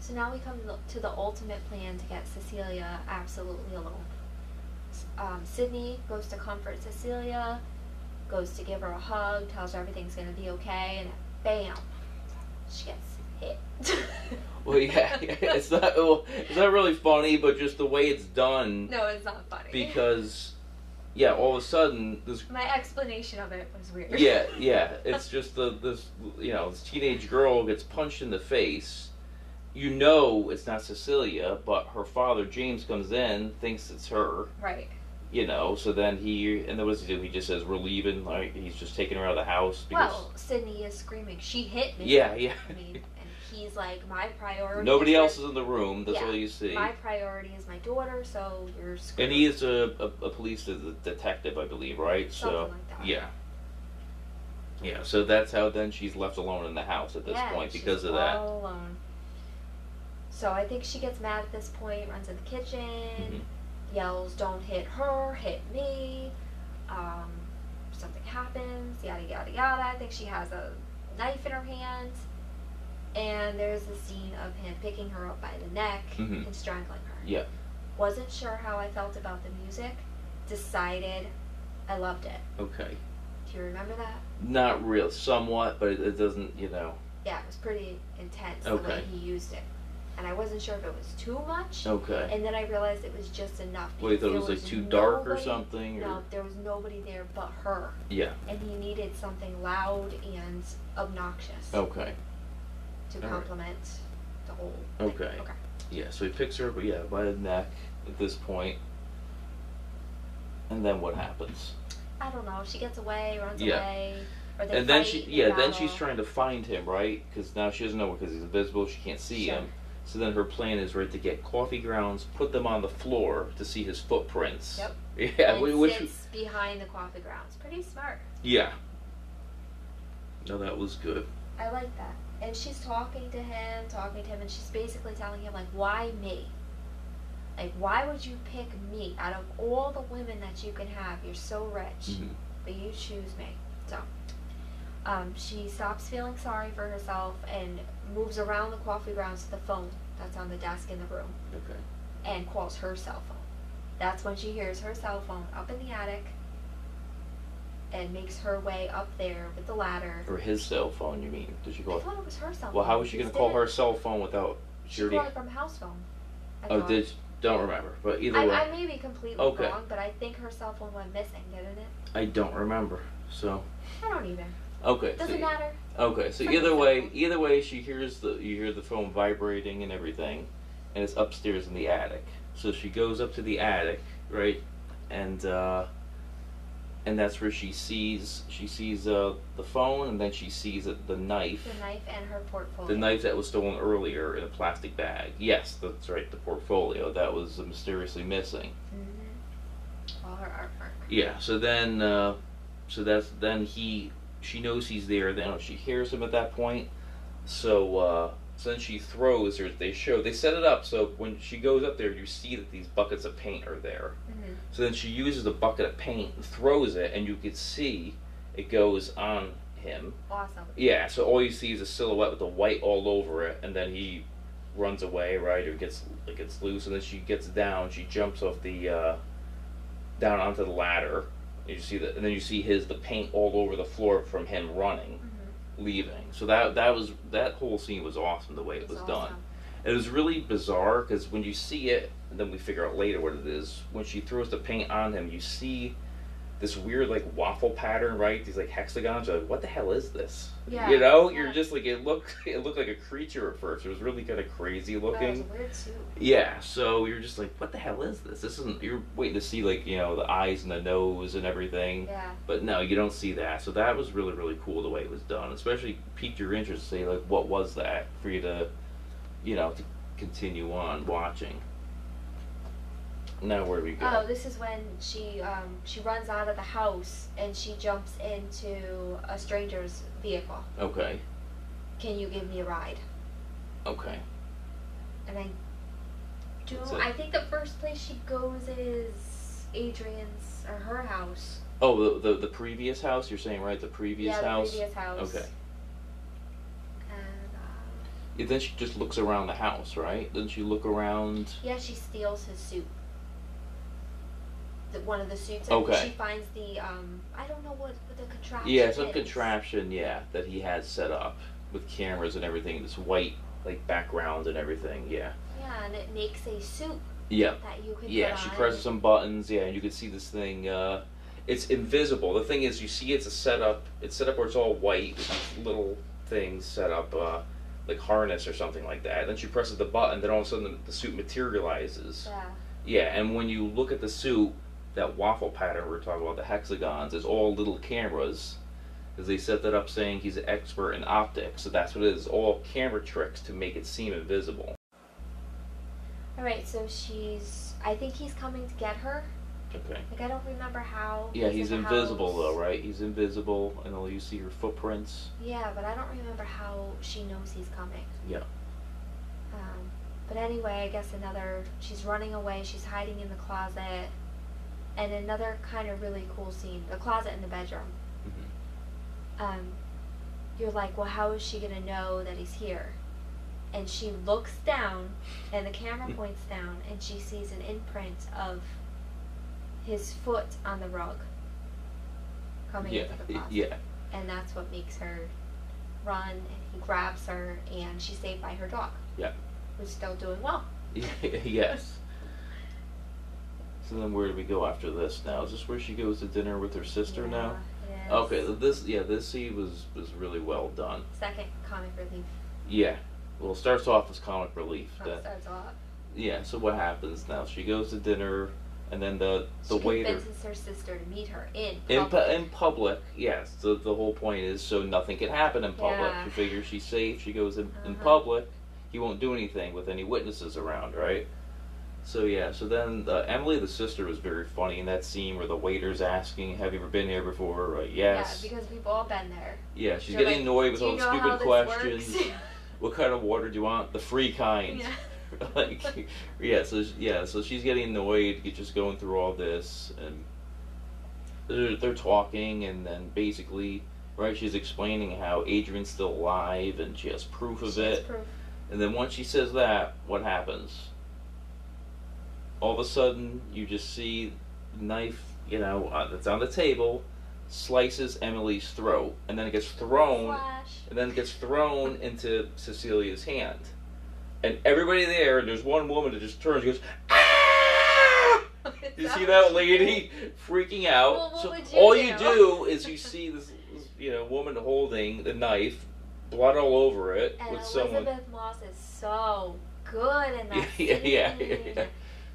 Speaker 4: So now we come to the- to the ultimate plan to get Cecilia absolutely alone. S- Um, Sydney goes to comfort Cecilia, goes to give her a hug, tells her everything's going to be okay, and bam, she gets hit.
Speaker 6: Well, yeah, it's not well, it's not really funny, but just the way it's done
Speaker 4: no, it's not funny.
Speaker 6: because, yeah, all of a sudden this.
Speaker 4: My explanation of it was weird.
Speaker 6: Yeah, yeah. It's just the this you know this teenage girl gets punched in the face. You know it's not Cecilia, but her father James comes in, thinks it's her.
Speaker 4: Right.
Speaker 6: you know, so then he and then what does he do? He just says we're leaving. Like he's just taking her out of the house because
Speaker 4: Well, Sydney is screaming, she hit me.
Speaker 6: yeah, yeah.
Speaker 4: I mean, and he's like, my priority.
Speaker 6: Nobody
Speaker 4: is-
Speaker 6: else is in the room. That's
Speaker 4: Yeah.
Speaker 6: all you see.
Speaker 4: My priority is my daughter, so you're screwed.
Speaker 6: And he is a, a, a police de- detective, I believe, right? so
Speaker 4: Something like that.
Speaker 6: yeah, yeah. So that's how then she's left alone in the house at this
Speaker 4: yeah,
Speaker 6: point
Speaker 4: she's
Speaker 6: because of that.
Speaker 4: all alone. So I think she gets mad at this point, runs in the kitchen,
Speaker 6: Mm-hmm.
Speaker 4: yells, "Don't hit her! Hit me!" Um, something happens, yada yada yada. I think she has a knife in her hand. And there's the scene of him picking her up by the neck
Speaker 6: Mhm.
Speaker 4: and strangling her.
Speaker 6: Yeah.
Speaker 4: Wasn't sure how I felt about the music. Decided I loved it.
Speaker 6: Okay.
Speaker 4: Do you remember that?
Speaker 6: Not real, somewhat, but it, it doesn't. You know.
Speaker 4: Yeah, it was pretty intense the
Speaker 6: Okay.
Speaker 4: way he used it. And I wasn't sure if it was too much.
Speaker 6: Okay.
Speaker 4: And then I realized it was just enough.
Speaker 6: Well, you thought it
Speaker 4: because
Speaker 6: was,
Speaker 4: there
Speaker 6: like, too dark or
Speaker 4: nobody-
Speaker 6: something, or-
Speaker 4: No, there was nobody there but her.
Speaker 6: Yeah.
Speaker 4: And he needed something loud and obnoxious
Speaker 6: Okay.
Speaker 4: to
Speaker 6: Oh, all right.
Speaker 4: complement the whole.
Speaker 6: Okay.
Speaker 4: Okay.
Speaker 6: Yeah. So he picks her, but yeah, by the neck at this point. And then what happens?
Speaker 4: I don't know. She gets away, runs
Speaker 6: Yeah.
Speaker 4: away, or they
Speaker 6: And then
Speaker 4: fight
Speaker 6: she,
Speaker 4: in
Speaker 6: yeah, then she's
Speaker 4: battle.
Speaker 6: trying to find him, right? Because now she doesn't know because he's invisible. She can't see
Speaker 4: Sure.
Speaker 6: him. So then her plan is right to get coffee grounds, put them on the floor to see his footprints.
Speaker 4: Yep.
Speaker 6: Yeah.
Speaker 4: and
Speaker 6: whi- which,
Speaker 4: sits behind the coffee grounds. Pretty smart.
Speaker 6: yeah. No, that was good.
Speaker 4: I like that. And she's talking to him, talking to him, and she's basically telling him, like, why me? Like, why would you pick me out of all the women that you can have? You're so rich,
Speaker 6: Mhm.
Speaker 4: but you choose me. So, um, she stops feeling sorry for herself and moves around the coffee grounds to the phone that's on the desk in the room
Speaker 6: Okay.
Speaker 4: and calls her cell phone. That's when she hears her cell phone up in the attic and makes her way up there with the ladder.
Speaker 6: Or his cell phone, you mean? Did she
Speaker 4: I
Speaker 6: call?
Speaker 4: thought it was her cell phone.
Speaker 6: Well, how was she
Speaker 4: Because
Speaker 6: gonna call
Speaker 4: didn't-
Speaker 6: her cell phone without? She
Speaker 4: She
Speaker 6: already.
Speaker 4: called it from house phone. I
Speaker 6: Oh,
Speaker 4: thought.
Speaker 6: did don't remember, but either
Speaker 4: I,
Speaker 6: way,
Speaker 4: I may be completely
Speaker 6: Okay.
Speaker 4: wrong, but I think her cell phone went missing, didn't it?
Speaker 6: I don't remember. So
Speaker 4: I don't even.
Speaker 6: okay, so
Speaker 4: Doesn't
Speaker 6: you-
Speaker 4: matter.
Speaker 6: Okay, so
Speaker 4: It's like
Speaker 6: either
Speaker 4: a
Speaker 6: way,
Speaker 4: phone.
Speaker 6: either way, she hears the you hear the phone vibrating and everything, and it's upstairs in the attic. So she goes up to the attic, right, and uh, and that's where she sees she sees uh, the phone, and then she sees it, the knife,
Speaker 4: The knife and her portfolio.
Speaker 6: the knife that was stolen earlier in a plastic bag. Yes, that's right, the portfolio that was mysteriously missing.
Speaker 4: Mm-hmm. All her artwork.
Speaker 6: Yeah. So then, uh, so that's then he she knows he's there. Then she hears him at that point. So uh, so then she throws or they show they set it up so when she goes up there you see that these buckets of paint are there.
Speaker 4: Mm-hmm.
Speaker 6: So then she uses the bucket of paint and throws it and you can see it goes on him.
Speaker 4: Awesome.
Speaker 6: Yeah. So all you see is a silhouette with the white all over it, and then he runs away right or gets like gets loose and then she gets down she jumps off the uh down onto the ladder. And you see that, and then you see his the paint all over the floor from him running,
Speaker 4: Mm-hmm.
Speaker 6: leaving. So that that was that whole scene was awesome the way it
Speaker 4: It's
Speaker 6: was done.
Speaker 4: awesome.
Speaker 6: It was really bizarre because when you see it, and then we figure out later what it is. When she throws the paint on him, you see this weird like waffle pattern, right? These like hexagons. You're like, what the hell is this?
Speaker 4: Yeah,
Speaker 6: you know,
Speaker 4: yeah.
Speaker 6: you're just like it looked. It looked like a creature at first. It was really kind of crazy
Speaker 4: That
Speaker 6: looking.
Speaker 4: was a weird suit.
Speaker 6: Yeah, so you're just like, what the hell is this? This isn't. You're waiting to see like you know the eyes and the nose and everything,
Speaker 4: Yeah.
Speaker 6: but no, you don't see that. So that was really really cool the way it was done. Especially piqued your interest to say like, what was that for you to, you know, to continue on watching. Now where do we go?
Speaker 4: Oh, this is when she um, she runs out of the house and she jumps into a stranger's vehicle.
Speaker 6: okay,
Speaker 4: Can you give me a ride?
Speaker 6: okay,
Speaker 4: And I do.
Speaker 6: That's it.
Speaker 4: I think the first place she goes is Adrian's or her house.
Speaker 6: Oh, the, the the previous house you're saying right? The previous
Speaker 4: yeah, the
Speaker 6: house.
Speaker 4: previous house.
Speaker 6: Okay.
Speaker 4: And um,
Speaker 6: Yeah, then she just looks around the house, right? Then she look around.
Speaker 4: yeah, she steals his suit. The, one of the suits.
Speaker 6: Okay.
Speaker 4: And she finds the um. I don't know what, what the contraption.
Speaker 6: Yeah, some
Speaker 4: is.
Speaker 6: contraption, yeah, that he had set up with cameras and everything, this white like background and everything, yeah.
Speaker 4: Yeah, and it makes a suit
Speaker 6: Yeah.
Speaker 4: that you can.
Speaker 6: Yeah,
Speaker 4: put
Speaker 6: she
Speaker 4: on.
Speaker 6: presses some buttons, yeah, and you can see this thing uh it's invisible. The thing is you see it's a setup it's set up where it's all white with these little things set up, uh like harness or something like that. Then she presses the button, then all of a sudden the, the suit materializes.
Speaker 4: Yeah.
Speaker 6: Yeah, and when you look at the suit, that waffle pattern we were talking about, the hexagons, is all little cameras. Because they set that up saying he's an expert in optics, so that's what it is. All camera tricks to make it seem invisible.
Speaker 4: All right, so she's. I think he's coming to get her.
Speaker 6: Okay.
Speaker 4: Like I don't remember how.
Speaker 6: Yeah, he's
Speaker 4: in the
Speaker 6: invisible
Speaker 4: house.
Speaker 6: though, right? He's invisible, and all you see are footprints.
Speaker 4: Yeah, but I don't remember how she knows he's coming.
Speaker 6: Yeah.
Speaker 4: Um, but anyway, I guess another. She's running away. She's hiding in the closet. and another kind of really cool scene the closet in the bedroom.
Speaker 6: Mm-hmm.
Speaker 4: Um, you're like, well, how is she going to know that he's here? And she looks down, and the camera
Speaker 6: Mm.
Speaker 4: points down, and she sees an imprint of his foot on the rug coming
Speaker 6: Yeah,
Speaker 4: into the
Speaker 6: y-
Speaker 4: closet.
Speaker 6: yeah.
Speaker 4: And that's what makes her run, and he grabs her, and she's saved by her dog,
Speaker 6: Yeah.
Speaker 4: who's still doing well.
Speaker 6: yes. So then, where do we go after this? Now, is this where she goes to dinner with her sister? now,
Speaker 4: Yeah, it
Speaker 6: okay.
Speaker 4: is.
Speaker 6: This, yeah, this scene was was really well done.
Speaker 4: Second comic relief
Speaker 6: Yeah. Well, it starts off as comic relief.
Speaker 4: that
Speaker 6: That,
Speaker 4: starts off.
Speaker 6: yeah. So what happens now? She goes to dinner, and then the the
Speaker 4: she
Speaker 6: waiter
Speaker 4: convinces her sister to meet her in
Speaker 6: in pu-
Speaker 4: public.
Speaker 6: in public. Yes. The the whole point is so nothing can happen in public.
Speaker 4: Yeah. Uh-huh.
Speaker 6: She figures she's safe. She goes in, in public. He won't do anything with any witnesses around, right? So yeah. So then uh, Emily, the sister, was very funny in that scene where the waiter's asking, "Have you ever been here before?" Right? Yes.
Speaker 4: Yeah, because we've all been there.
Speaker 6: Yeah, she's
Speaker 4: You're
Speaker 6: getting
Speaker 4: like,
Speaker 6: annoyed with
Speaker 4: "Do you
Speaker 6: all the
Speaker 4: know how
Speaker 6: stupid
Speaker 4: this
Speaker 6: questions.
Speaker 4: works?"
Speaker 6: what kind of water do you want? The free kind.
Speaker 4: Yeah.
Speaker 6: like, yeah, so sh- yeah, so she's getting annoyed, get- just going through all this, and they're, they're talking, and then basically, right, she's explaining how Adrian's still alive, and she has proof of
Speaker 4: She
Speaker 6: it.
Speaker 4: has proof.
Speaker 6: And then once she says that, what happens? All of a sudden, you just see the knife, you know, uh, that's on the table, slices Emily's throat, and then it gets thrown,
Speaker 4: Flash.
Speaker 6: and then it gets thrown into Cecilia's hand. And everybody there, there's one woman that just turns and goes, "Ah!" you see that lady freaking out.
Speaker 4: Well, what
Speaker 6: so
Speaker 4: would you
Speaker 6: all you
Speaker 4: do?
Speaker 6: do is you see this, this, you know, woman holding the knife, blood all over it,
Speaker 4: And
Speaker 6: with
Speaker 4: Elizabeth
Speaker 6: someone.
Speaker 4: Moss is so good in that
Speaker 6: yeah, yeah, yeah,
Speaker 4: scene.
Speaker 6: yeah.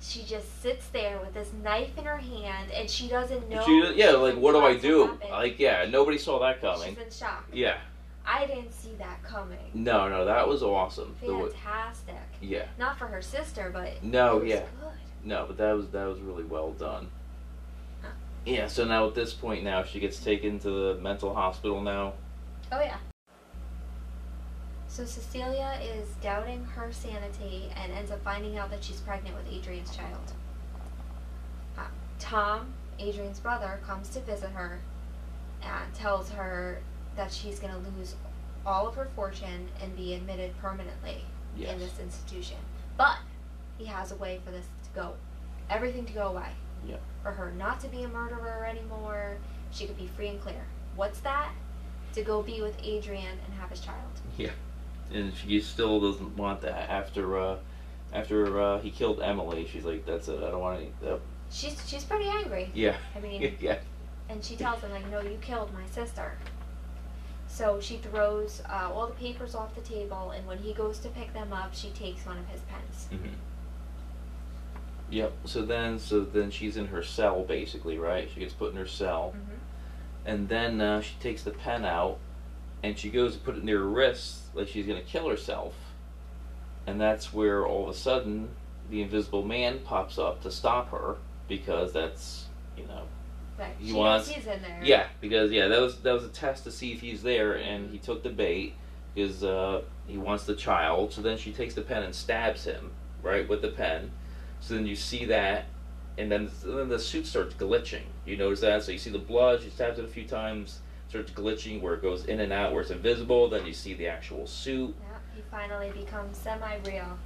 Speaker 4: She just sits there with this knife in her hand, and she doesn't know.
Speaker 6: She- yeah, like what do I
Speaker 4: what's
Speaker 6: do?
Speaker 4: happened.
Speaker 6: Like yeah, nobody saw that coming.
Speaker 4: She's in shock.
Speaker 6: Yeah,
Speaker 4: I didn't see that coming.
Speaker 6: no, no, that was awesome. The wa-
Speaker 4: Fantastic.
Speaker 6: yeah,
Speaker 4: Not for her sister, but
Speaker 6: No,
Speaker 4: it was
Speaker 6: yeah.
Speaker 4: good.
Speaker 6: no, but that was that was really well done. Yeah, so now at this point now she gets taken to the mental hospital now.
Speaker 4: Oh yeah. So Cecilia is doubting her sanity and ends up finding out that she's pregnant with Adrian's child. Uh, Tom, Adrian's brother, comes to visit her and tells her that she's going to lose all of her fortune and be admitted permanently
Speaker 6: Yes.
Speaker 4: in this institution. But he has a way for this to go, everything to go away.
Speaker 6: Yeah.
Speaker 4: For her not to be a murderer anymore, she could be free and clear. What's that? to go be with Adrian and have his child.
Speaker 6: Yeah, and she still doesn't want that after uh after uh he killed Emily. She's like, that's it. I don't want any. Uh,
Speaker 4: She's she's pretty angry.
Speaker 6: yeah,
Speaker 4: I mean,
Speaker 6: yeah,
Speaker 4: and she tells him like, "No, you killed my sister." So she throws uh, all the papers off the table, and when he goes to pick them up, she takes one of his pens.
Speaker 6: yep. So then, so then she's in her cell basically, right? She gets put in her cell.
Speaker 4: hmm
Speaker 6: and then uh, she takes the pen out and she goes to put it near her wrist like she's going to kill herself and that's where all of a sudden the invisible man pops up to stop her because that's you know
Speaker 4: But
Speaker 6: He
Speaker 4: she
Speaker 6: wants-
Speaker 4: knows he's in there.
Speaker 6: yeah because yeah that was that was a test to see if he's there and he took the bait because uh, he wants the child so then she takes the pen and stabs him right with the pen so then you see that and then, and then the suit starts glitching. You notice that? So you see the blood, she stabs it a few times, starts glitching where it goes in and out, where it's invisible, then you see the actual suit.
Speaker 4: Yeah, he finally becomes semi-real.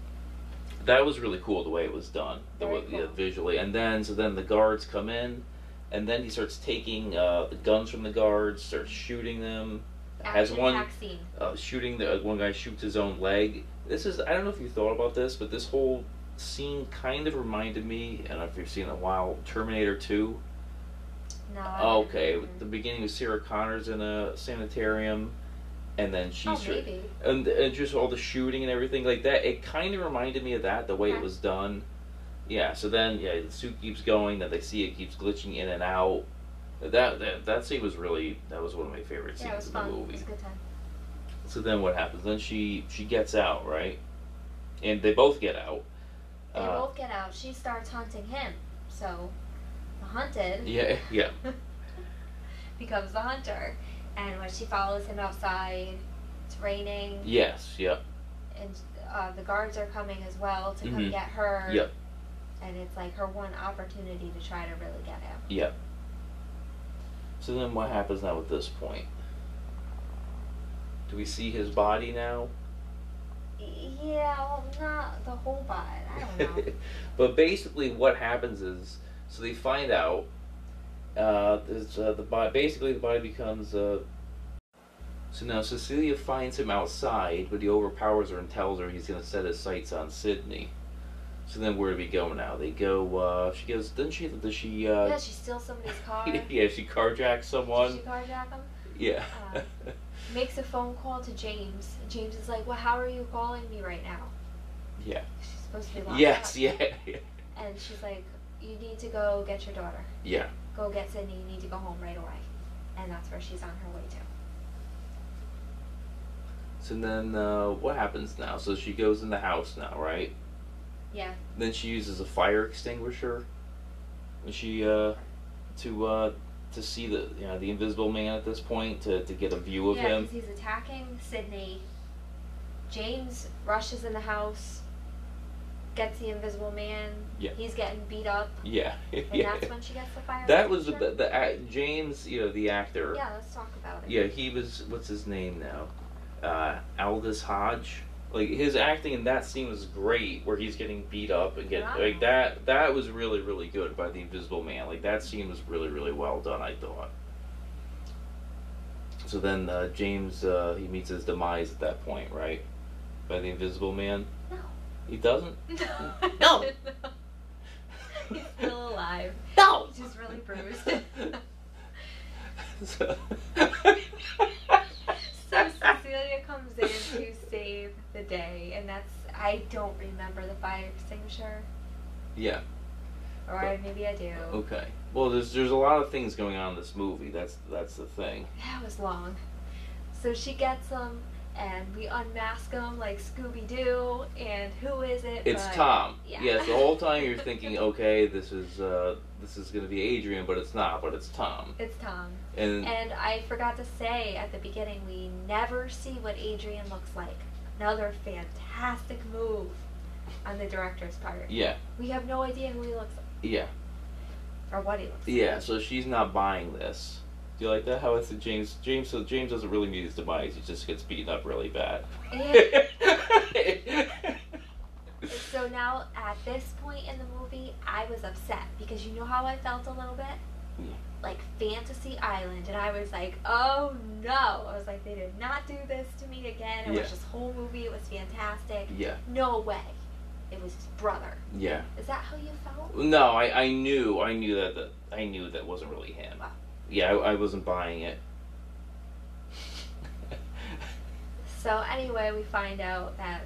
Speaker 6: That was really cool the way it was done, the
Speaker 4: Very
Speaker 6: way, yeah,
Speaker 4: cool.
Speaker 6: visually. And then, so then the guards come in, and then he starts taking uh, the guns from the guards, starts shooting them. Has
Speaker 4: Action
Speaker 6: one
Speaker 4: packed scene.
Speaker 6: uh, shooting the one guy shoots his own leg. This is I don't know if you thought about this, but this whole scene kind of reminded me, and if you've seen it in a while, Terminator Two.
Speaker 4: No. I
Speaker 6: Oh,
Speaker 4: didn't
Speaker 6: okay.
Speaker 4: remember.
Speaker 6: The beginning was Sarah Connor's in a sanitarium, and then she's
Speaker 4: Oh, maybe.
Speaker 6: and and just all the shooting and everything like that. It kind of reminded me of that the way it
Speaker 4: Okay.
Speaker 6: was done. Yeah. So then, yeah, the suit keeps going. Then they see it keeps glitching in and out. That that, that scene was really that was one of my favorite scenes
Speaker 4: Yeah, it was
Speaker 6: in
Speaker 4: fun.
Speaker 6: the
Speaker 4: It
Speaker 6: movie.
Speaker 4: was a good time.
Speaker 6: So then what happens? Then she she gets out, right? And they both get out.
Speaker 4: They
Speaker 6: Uh,
Speaker 4: both get out. She starts hunting him. So, the hunted.
Speaker 6: Yeah, yeah,
Speaker 4: becomes the hunter. And when she follows him outside, it's raining,
Speaker 6: yes, yeah,
Speaker 4: and uh, the guards are coming as well to come
Speaker 6: Mhm.
Speaker 4: get her.
Speaker 6: Yep.
Speaker 4: and it's like her one opportunity to try to really get him.
Speaker 6: Yep. So then what happens now at this point? Do we see his body now?
Speaker 4: Yeah, well, not the whole body. I don't know.
Speaker 6: but basically, what happens is so they find out. Uh, there's, uh, the body, basically, the body becomes. Uh, so now Cecilia finds him outside, but he overpowers her and tells her he's going to set his sights on Sydney. So then, where do we go now? They go. Uh, she goes. Doesn't she? Does she? Uh,
Speaker 4: yeah, she steals somebody's car.
Speaker 6: yeah, she carjacks someone.
Speaker 4: Did she carjack him?
Speaker 6: yeah.
Speaker 4: Uh, makes a phone call to James. And James is like, "Well, how are you calling me right now?"
Speaker 6: yeah.
Speaker 4: She's supposed to be locked
Speaker 6: Yes.
Speaker 4: up.
Speaker 6: Yeah. yeah.
Speaker 4: And she's like, "You need to go get your daughter.
Speaker 6: Yeah.
Speaker 4: Go get Sydney. You need to go home right away." And that's where she's on her way to.
Speaker 6: So then, uh, what happens now? So she goes in the house now, right?
Speaker 4: Yeah.
Speaker 6: Then she uses a fire extinguisher. And she uh, to uh, to see the you know the invisible man at this point to, to get a view of
Speaker 4: yeah,
Speaker 6: him.
Speaker 4: because he's attacking Sydney. James rushes in the house, gets the Invisible Man.
Speaker 6: Yeah.
Speaker 4: He's getting beat up,
Speaker 6: Yeah.
Speaker 4: and
Speaker 6: yeah.
Speaker 4: that's when she gets the fire.
Speaker 6: That was the,
Speaker 4: extinguisher?
Speaker 6: the act, James, you know, the actor.
Speaker 4: Yeah, let's talk about it.
Speaker 6: Yeah, he was. What's his name now? Uh, Aldous Hodge. Like his acting in that scene was great, where he's getting beat up and getting
Speaker 4: Wow.
Speaker 6: like that. That was really, really good by the Invisible Man. Like that scene was really, really well done. I thought. So then uh, James uh, he meets his demise at that point, right? By the Invisible Man.
Speaker 4: No.
Speaker 6: He doesn't.
Speaker 4: No. He's still alive.
Speaker 6: No.
Speaker 4: He's just really bruised.
Speaker 6: So-
Speaker 4: so Cecilia comes in to save the day, and that's I don't remember the fire extinguisher,
Speaker 6: yeah.
Speaker 4: or I- maybe I do.
Speaker 6: Okay. Well, there's there's a lot of things going on in this movie. That's that's the thing.
Speaker 4: That was long. So she gets him, and we unmask him like Scooby Doo, and who is it?
Speaker 6: It's
Speaker 4: but-
Speaker 6: Tom.
Speaker 4: yeah.
Speaker 6: Yes, the whole time you're thinking, oh. okay, this is uh, this is gonna be Adrian, but it's not. But it's Tom.
Speaker 4: It's Tom.
Speaker 6: And
Speaker 4: And I forgot to say at the beginning, we never see what Adrian looks like. Another fantastic move on the director's part.
Speaker 6: yeah,
Speaker 4: We have no idea who he looks
Speaker 6: yeah,
Speaker 4: or what he looks
Speaker 6: yeah. So she's not buying this. Do you like that? How it's the James James. So James doesn't really meet his demise. He just gets beaten up really bad.
Speaker 4: like. And so now at this point in the movie, I was upset because you know how I felt a little bit?
Speaker 6: Yeah.
Speaker 4: Like Fantasy Island. And I was like, oh no. I was like, they did not do this to me again. I
Speaker 6: Yeah.
Speaker 4: watched this whole movie. It was fantastic.
Speaker 6: yeah,
Speaker 4: No way. It was his brother.
Speaker 6: yeah.
Speaker 4: Is that how you felt?
Speaker 6: No, I, I knew I knew that, that I knew that wasn't really him.
Speaker 4: Wow.
Speaker 6: Yeah, I, I wasn't buying it.
Speaker 4: So anyway, we find out that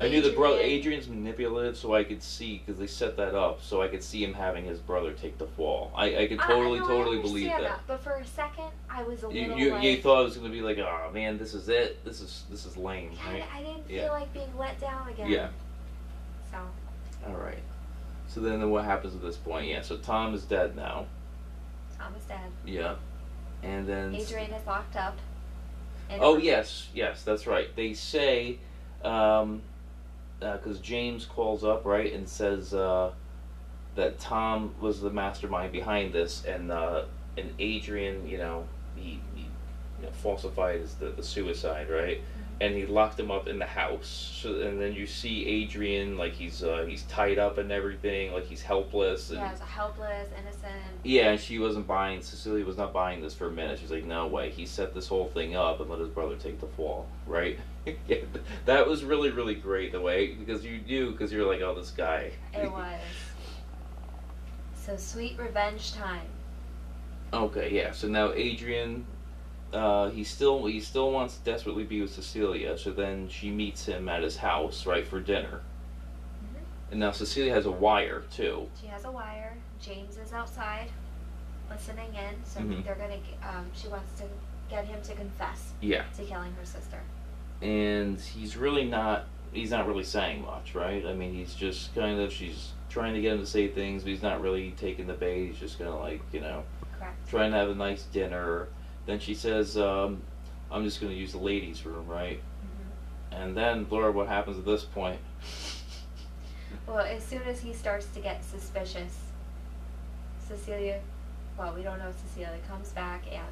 Speaker 6: I knew the brother
Speaker 4: Adrian-
Speaker 6: Adrian's manipulative, so I could see because they set that up, so I could see him having his brother take the fall. I, I could
Speaker 4: I-
Speaker 6: totally
Speaker 4: I know, I
Speaker 6: totally believe
Speaker 4: understand
Speaker 6: that.
Speaker 4: But for a second, I was a
Speaker 6: You,
Speaker 4: little
Speaker 6: you,
Speaker 4: like,
Speaker 6: you thought it was gonna be like, oh man, this is it. This is this is lame,
Speaker 4: God,
Speaker 6: right?
Speaker 4: I didn't
Speaker 6: Yeah.
Speaker 4: feel like being let down again.
Speaker 6: Yeah.
Speaker 4: So
Speaker 6: All right. So then, what happens at this point? Yeah. So Tom is dead now.
Speaker 4: Tom is dead.
Speaker 6: Yeah. And then
Speaker 4: Adrian is locked up. And
Speaker 6: Oh yes, yes, that's right. They say, um, because James calls up right and says uh, that Tom was the mastermind behind this, and uh, and Adrian, you know, he, he you know, falsified his, the the suicide, right? And he locked him up in the house. So, and then you see Adrian like he's uh, he's tied up and everything, like he's helpless. And,
Speaker 4: Yeah, it's a helpless, innocent.
Speaker 6: yeah, and she wasn't buying. Cecilia was not buying this for a minute. She's like, "No way." He set this whole thing up and let his brother take the fall, right? yeah, that was really, really great the way because you knew because you're like, "Oh, this guy."
Speaker 4: It was. So sweet revenge time.
Speaker 6: okay, yeah. So now Adrian, uh, he still he still wants to desperately be with Cecilia. So then she meets him at his house, right, for dinner.
Speaker 4: Mm-hmm.
Speaker 6: And now Cecilia has a wire too.
Speaker 4: She has a wire. James is outside, listening in. So
Speaker 6: Mhm.
Speaker 4: they're gonna. g- Um, she wants to get him to confess
Speaker 6: Yeah,
Speaker 4: to killing her sister.
Speaker 6: and he's really not he's not really saying much right i mean he's just kind of she's trying to get him to say things but he's not really taking the bait he's just gonna like you know
Speaker 4: Correct.
Speaker 6: trying to have a nice dinner then she says um, i'm just gonna use the ladies room right and then laura what happens at this point
Speaker 4: Well, as soon as he starts to get suspicious, Cecilia, well, we don't know if Cecilia comes back and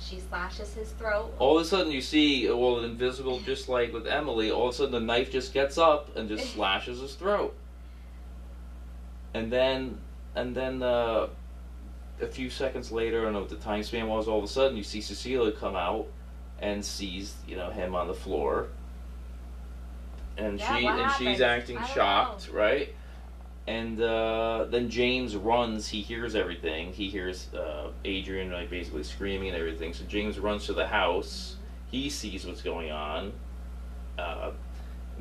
Speaker 4: she slashes his throat.
Speaker 6: All of a sudden, you see, well, an invisible, just like with Emily, all of a sudden the knife just gets up and just slashes his throat. And then, and then, uh, a few seconds later, I don't know what the time span was, all of a sudden you see Cecilia come out and sees, you know, him on the floor. And
Speaker 4: Yeah,
Speaker 6: she
Speaker 4: what
Speaker 6: and she's
Speaker 4: happened?
Speaker 6: acting
Speaker 4: I don't
Speaker 6: shocked,
Speaker 4: know.
Speaker 6: right? And uh, then James runs. He hears everything. He hears uh, Adrian like basically screaming and everything. So James runs to the house. He sees what's going on, uh,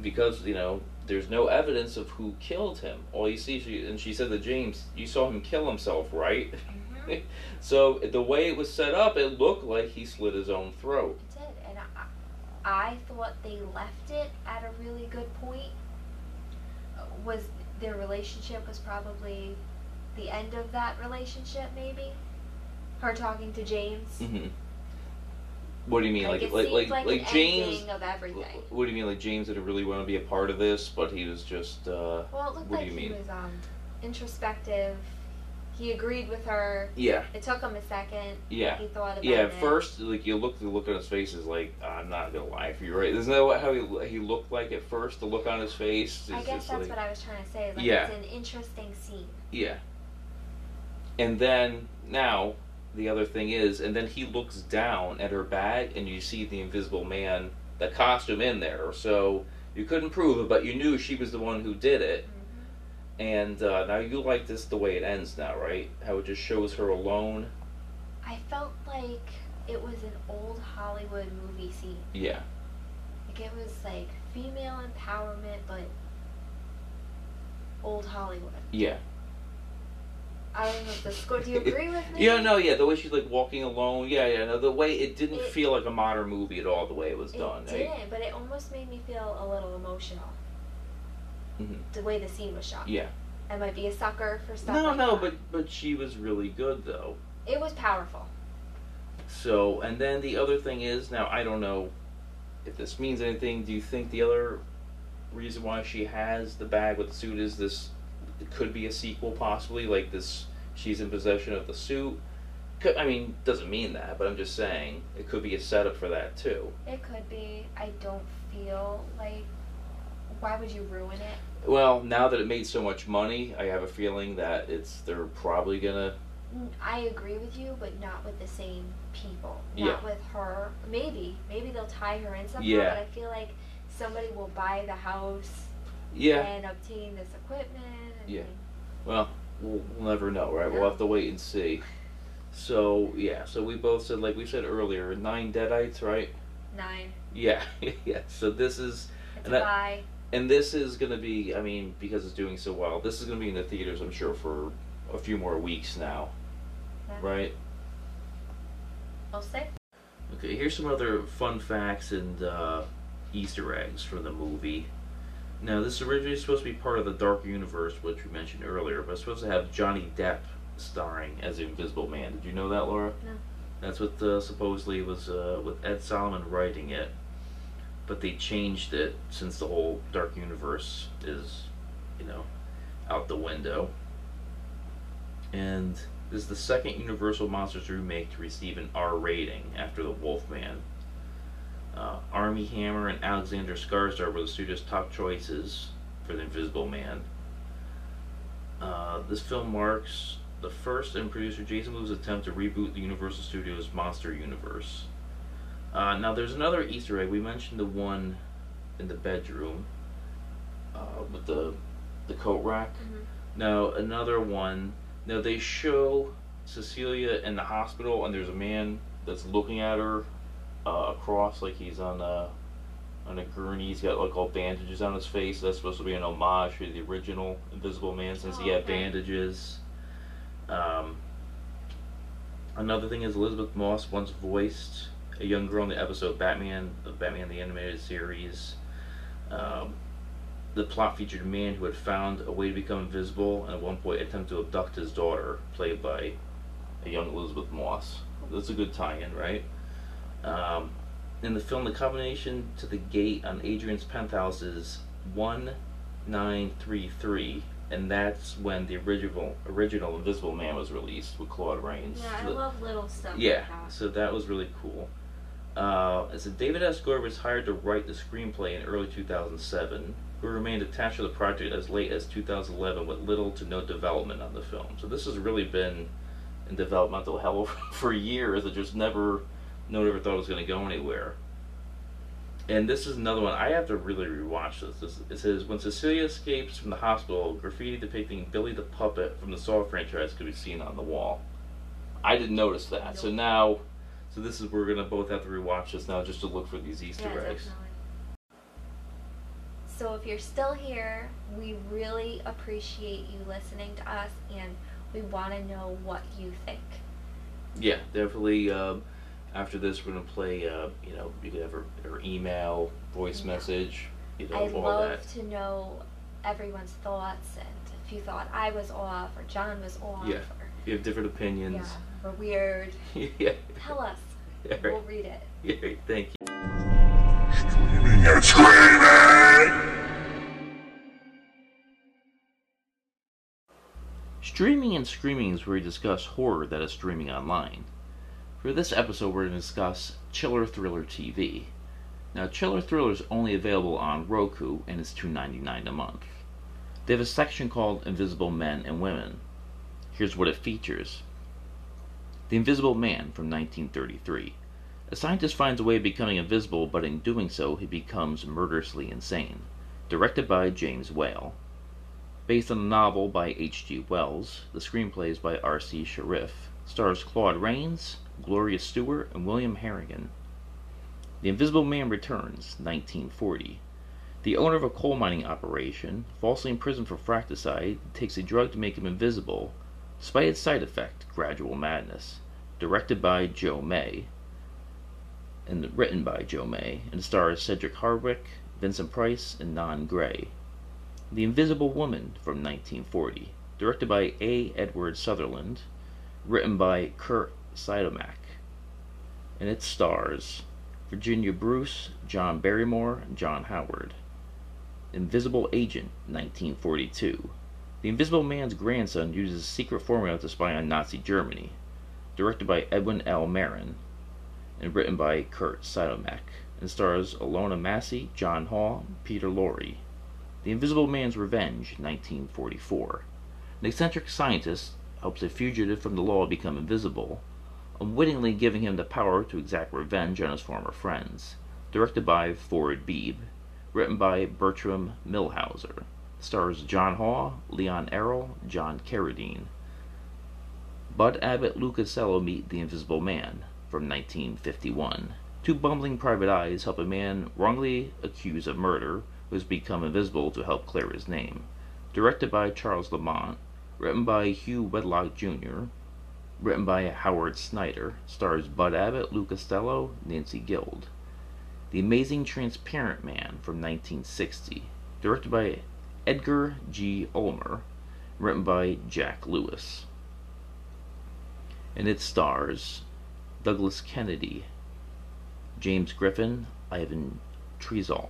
Speaker 6: because you know there's no evidence of who killed him. All you see, she, and she said to James, "You saw him kill himself, right?" so the way it was set up, it looked like he slit his own throat.
Speaker 4: It did, and I, I thought they left it at a really good point. Uh, Was their relationship was probably the end of that relationship, maybe? Her talking to James.
Speaker 6: hmm What do you mean, like
Speaker 4: it
Speaker 6: like
Speaker 4: seemed
Speaker 6: like,
Speaker 4: like,
Speaker 6: like
Speaker 4: an
Speaker 6: James?
Speaker 4: ending of everything.
Speaker 6: What do you mean, like James didn't really want to be a part of this, but he was just. Uh,
Speaker 4: Well, it looked
Speaker 6: what
Speaker 4: like
Speaker 6: do you
Speaker 4: he
Speaker 6: mean?
Speaker 4: was um, introspective. He agreed with her.
Speaker 6: Yeah.
Speaker 4: It took him a second.
Speaker 6: Yeah.
Speaker 4: He thought about
Speaker 6: yeah,
Speaker 4: it.
Speaker 6: at first, like you look, the look on his face is like, I'm not gonna lie for you, right? Isn't that what- how he, he looked like at first? The look on his face. Is
Speaker 4: I guess
Speaker 6: just
Speaker 4: that's
Speaker 6: like,
Speaker 4: what I was trying to say. Like,
Speaker 6: Yeah.
Speaker 4: It's an interesting scene.
Speaker 6: Yeah. And then now the other thing is, and then he looks down at her bag, and you see the Invisible Man, the costume in there. So you couldn't prove it, but you knew she was the one who did it.
Speaker 4: Mm-hmm.
Speaker 6: And uh, now you like this the way it ends now, right? How it just shows her alone.
Speaker 4: I felt like it was an old Hollywood movie scene.
Speaker 6: Yeah.
Speaker 4: Like it was like female empowerment, but old Hollywood.
Speaker 6: Yeah.
Speaker 4: I don't know if the score. Do you agree with me?
Speaker 6: Yeah, no, yeah. The way she's like walking alone. Yeah, yeah. No, the way it didn't
Speaker 4: It-
Speaker 6: feel like a modern movie at all. The way it was
Speaker 4: It
Speaker 6: done.
Speaker 4: didn't, but it almost made me feel a little emotional.
Speaker 6: hmm
Speaker 4: The way the scene was shot.
Speaker 6: Yeah.
Speaker 4: I might be a sucker for stuff.
Speaker 6: No,
Speaker 4: like
Speaker 6: no,
Speaker 4: that.
Speaker 6: but but she was really good though.
Speaker 4: it was powerful.
Speaker 6: So, and then the other thing is now I don't know if this means anything. Do you think the other reason why she has the bag with the suit is this? It could be a sequel, possibly. Like this, she's in possession of the suit. Could, I mean, doesn't mean that, but I'm just saying it could be a setup for that too.
Speaker 4: It could be. I don't feel like. Why would you ruin it?
Speaker 6: Well, now that it made so much money, I have a feeling that it's they're probably gonna.
Speaker 4: N- I agree with you, but not with the same people. Not
Speaker 6: Yeah.
Speaker 4: with her. Maybe. Maybe they'll tie her in somehow,
Speaker 6: Yeah.
Speaker 4: but I feel like somebody will buy the house
Speaker 6: Yeah.
Speaker 4: and obtain this equipment. and-
Speaker 6: Yeah. Well, we'll, we'll never know, right? We'll have to wait and see. So yeah, so we both said like we said earlier, nine deadites, right?
Speaker 4: Nine.
Speaker 6: Yeah, yeah. So this is
Speaker 4: It's
Speaker 6: and,
Speaker 4: a
Speaker 6: that-
Speaker 4: buy.
Speaker 6: and this is gonna be, I mean, because it's doing so well, this is gonna be in the theaters, I'm sure, for a few more weeks now,
Speaker 4: Yeah.
Speaker 6: right?
Speaker 4: We'll see.
Speaker 6: Okay, here's some other fun facts and uh, Easter eggs from the movie. Now, this originally supposed to be part of the Dark Universe, which we mentioned earlier, but it's supposed to have Johnny Depp starring as the Invisible Man. Did you know that, Laura?
Speaker 4: No.
Speaker 6: That's what uh, supposedly was uh, with Ed Solomon writing it, but they changed it since the whole Dark Universe is, you know, out the window. And this is the second Universal Monsters remake to receive an R rating after The Wolfman. Uh, Army Hammer and Alexander Skarsgård were the studio's top choices for The Invisible Man. Uh, this film marks the first and producer Jason Wu's attempt to reboot the Universal Studios monster universe. Uh, now, there's another Easter egg. We mentioned the one in the bedroom uh, with the the coat rack.
Speaker 4: Mm-hmm.
Speaker 6: Now, another one. Now, they show Cecilia in the hospital, and there's a man that's looking at her uh, across, like he's on a on a gurney. He's got like all bandages on his face. That's supposed to be an homage to the original Invisible Man, since he
Speaker 4: Oh,
Speaker 6: had
Speaker 4: okay.
Speaker 6: bandages. Um, another thing is Elizabeth Moss once voiced a young girl in the episode Batman, the Batman the animated series. Um, the plot featured a man who had found a way to become invisible and at one point attempt to abduct his daughter, played by a young Elizabeth Moss. That's a good tie-in, right? Um, in the film, the combination to the gate on Adrian's penthouse is one 933, and that's when the original original Invisible Man was released with Claude Rains.
Speaker 4: Yeah, I
Speaker 6: The-
Speaker 4: love little stuff.
Speaker 6: yeah,
Speaker 4: Like that.
Speaker 6: so that was really cool. Uh, so David S. Gore was hired to write the screenplay in early 2007, who remained attached to the project as late as 2011 with little to no development on the film. So this has really been in developmental hell for years. It just never, no one ever thought it was going to go anywhere. And this is another one I have to really rewatch this. this. It says when Cecilia escapes from the hospital, graffiti depicting Billy the puppet from the Saw franchise could be seen on the wall. I didn't notice that. So now, so this is we're gonna both have to rewatch this now just to look for these Easter
Speaker 4: Yeah,
Speaker 6: eggs.
Speaker 4: definitely. So if you're still here, we really appreciate you listening to us and we want to know what you think.
Speaker 6: Yeah, definitely. Um, after this, we're gonna play. Uh, you know, you could have her, her email, voice message. You know,
Speaker 4: I'd
Speaker 6: all
Speaker 4: love
Speaker 6: that.
Speaker 4: to know everyone's thoughts and if you thought I was off or John was off
Speaker 6: Yeah, you have different opinions.
Speaker 4: or weird.
Speaker 6: Yeah.
Speaker 4: Tell us.
Speaker 6: All right.
Speaker 4: We'll read it.
Speaker 6: Yeah, thank you.
Speaker 5: Screaming and screaming!
Speaker 6: Streaming and Screaming is where we discuss horror that is streaming online. For this episode, we're going to discuss Chiller Thriller TV. Now, Chiller Thriller is only available on Roku and is $2.99 a month. They have a section called Invisible Men and Women. Here's what it features The Invisible Man from 1933. A scientist finds a way of becoming invisible, but in doing so, he becomes murderously insane. Directed by James Whale. Based on a novel by H.G. Wells, the screenplay is by R.C. Sharif, stars Claude Rains, Gloria Stewart, and William Harrigan. The Invisible Man returns, 1940. The owner of a coal mining operation, falsely imprisoned for fratricide, takes a drug to make him invisible, despite its side effect, gradual madness. Directed by Joe May, and written by Joe May, and stars Cedric Hardwick, Vincent Price, and Non Gray. The Invisible Woman from 1940, directed by A. Edward Sutherland, written by Kurt Sidomak. And it stars Virginia Bruce, John Barrymore, and John Howard. Invisible Agent, 1942. The Invisible Man's grandson uses a secret formula to spy on Nazi Germany, directed by Edwin L. Marin, and written by Kurt Sidomak, and stars Alona Massey, John Hall, and Peter Lorre. The Invisible Man's Revenge, 1944. An eccentric scientist helps a fugitive from the law become invisible, unwittingly giving him the power to exact revenge on his former friends. Directed by Ford Beebe, written by Bertram Millhauser. Stars John Haw, Leon Errol, John Carradine. Bud Abbott Lucasello meet the Invisible Man from 1951. Two bumbling private eyes help a man wrongly accused of murder who has become invisible to help clear his name. Directed by Charles Lamont, written by Hugh Wedlock Jr., written by Howard Snyder, stars Bud Abbott, Lou Costello, Nancy Guild. The Amazing Transparent Man from 1960, directed by Edgar G. Ulmer, written by Jack Lewis and it stars Douglas Kennedy, James Griffin, Ivan Trezel.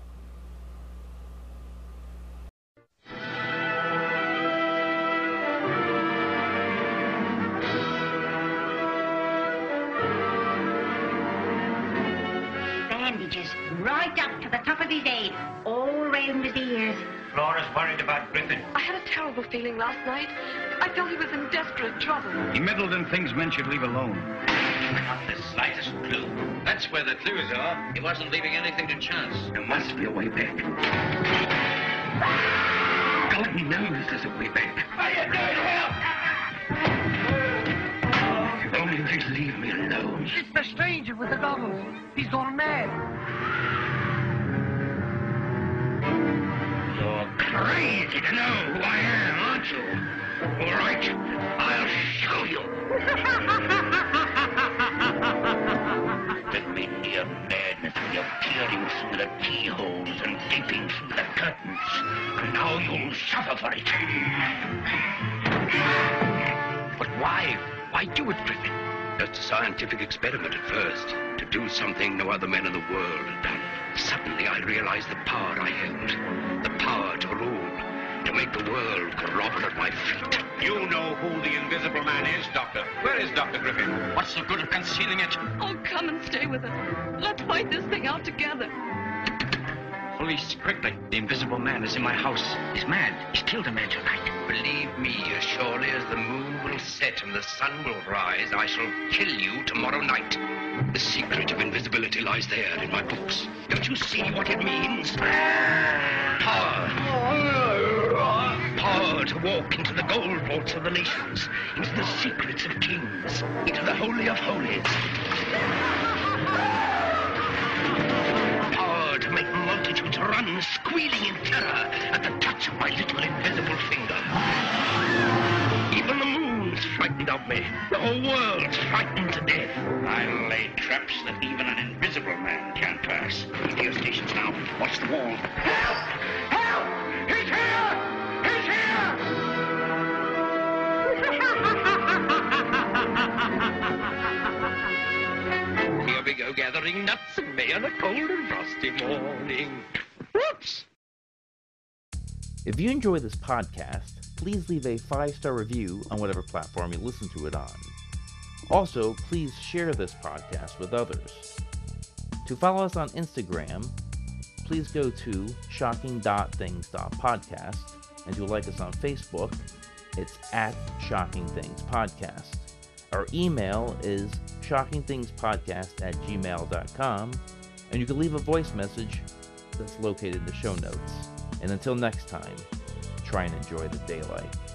Speaker 12: Bandages right up to the top of his head, all round his ears.
Speaker 13: Laura's worried about Griffin.
Speaker 14: I had a terrible feeling last night. I felt he was in desperate trouble.
Speaker 13: He meddled in things men should leave alone. Not the slightest clue. That's where the clues are. He wasn't leaving anything to chance. There must be a way back. God knows there's a way back. Are you If only you'd leave me alone.
Speaker 15: It's the stranger with the goggles. He's gone mad.
Speaker 13: You're crazy to know who I am, aren't you? All right, I'll show you. Bring me to your madness and your peering through the keyholes and gaping through the curtains. And now you'll suffer for it. But why? Why do it, Griffin? Just a scientific experiment at first. To do something no other men in the world had done. Suddenly I realized the power I held. The power to rule. to make the world grovel at my feet. You know who the Invisible Man is, Doctor. Where is Dr. Griffin? What's the good of concealing it?
Speaker 14: Oh, come and stay with us. Let's fight this thing out together.
Speaker 13: Police, quickly. The Invisible Man is in my house. He's mad. He's killed a man tonight. Believe me, as surely as the moon will set and the sun will rise, I shall kill you tomorrow night. The secret of invisibility lies there in my books. Don't you see what it means? Power. Power to walk into the gold vaults of the nations, into the secrets of kings, into the holy of holies. Power to make multitudes run squealing in terror at the touch of my little invisible finger. Even the moon's frightened of me. The whole world's frightened to death. I'll lay traps that even an invisible man can't pass. Radio stations now. Watch the wall. Help! Help! He's here! He's here! Here we go, gathering nuts and may on a cold and frosty morning. Whoops!
Speaker 6: If you enjoy this podcast, please leave a five star review on whatever platform you listen to it on. Also, please share this podcast with others. To follow us on Instagram, please go to shocking.things.podcast and to like us on Facebook, it's at Shocking Things Podcast. Our email is shockingthingspodcast at gmail.com, and you can leave a voice message that's located in the show notes. And until next time, try and enjoy the daylight.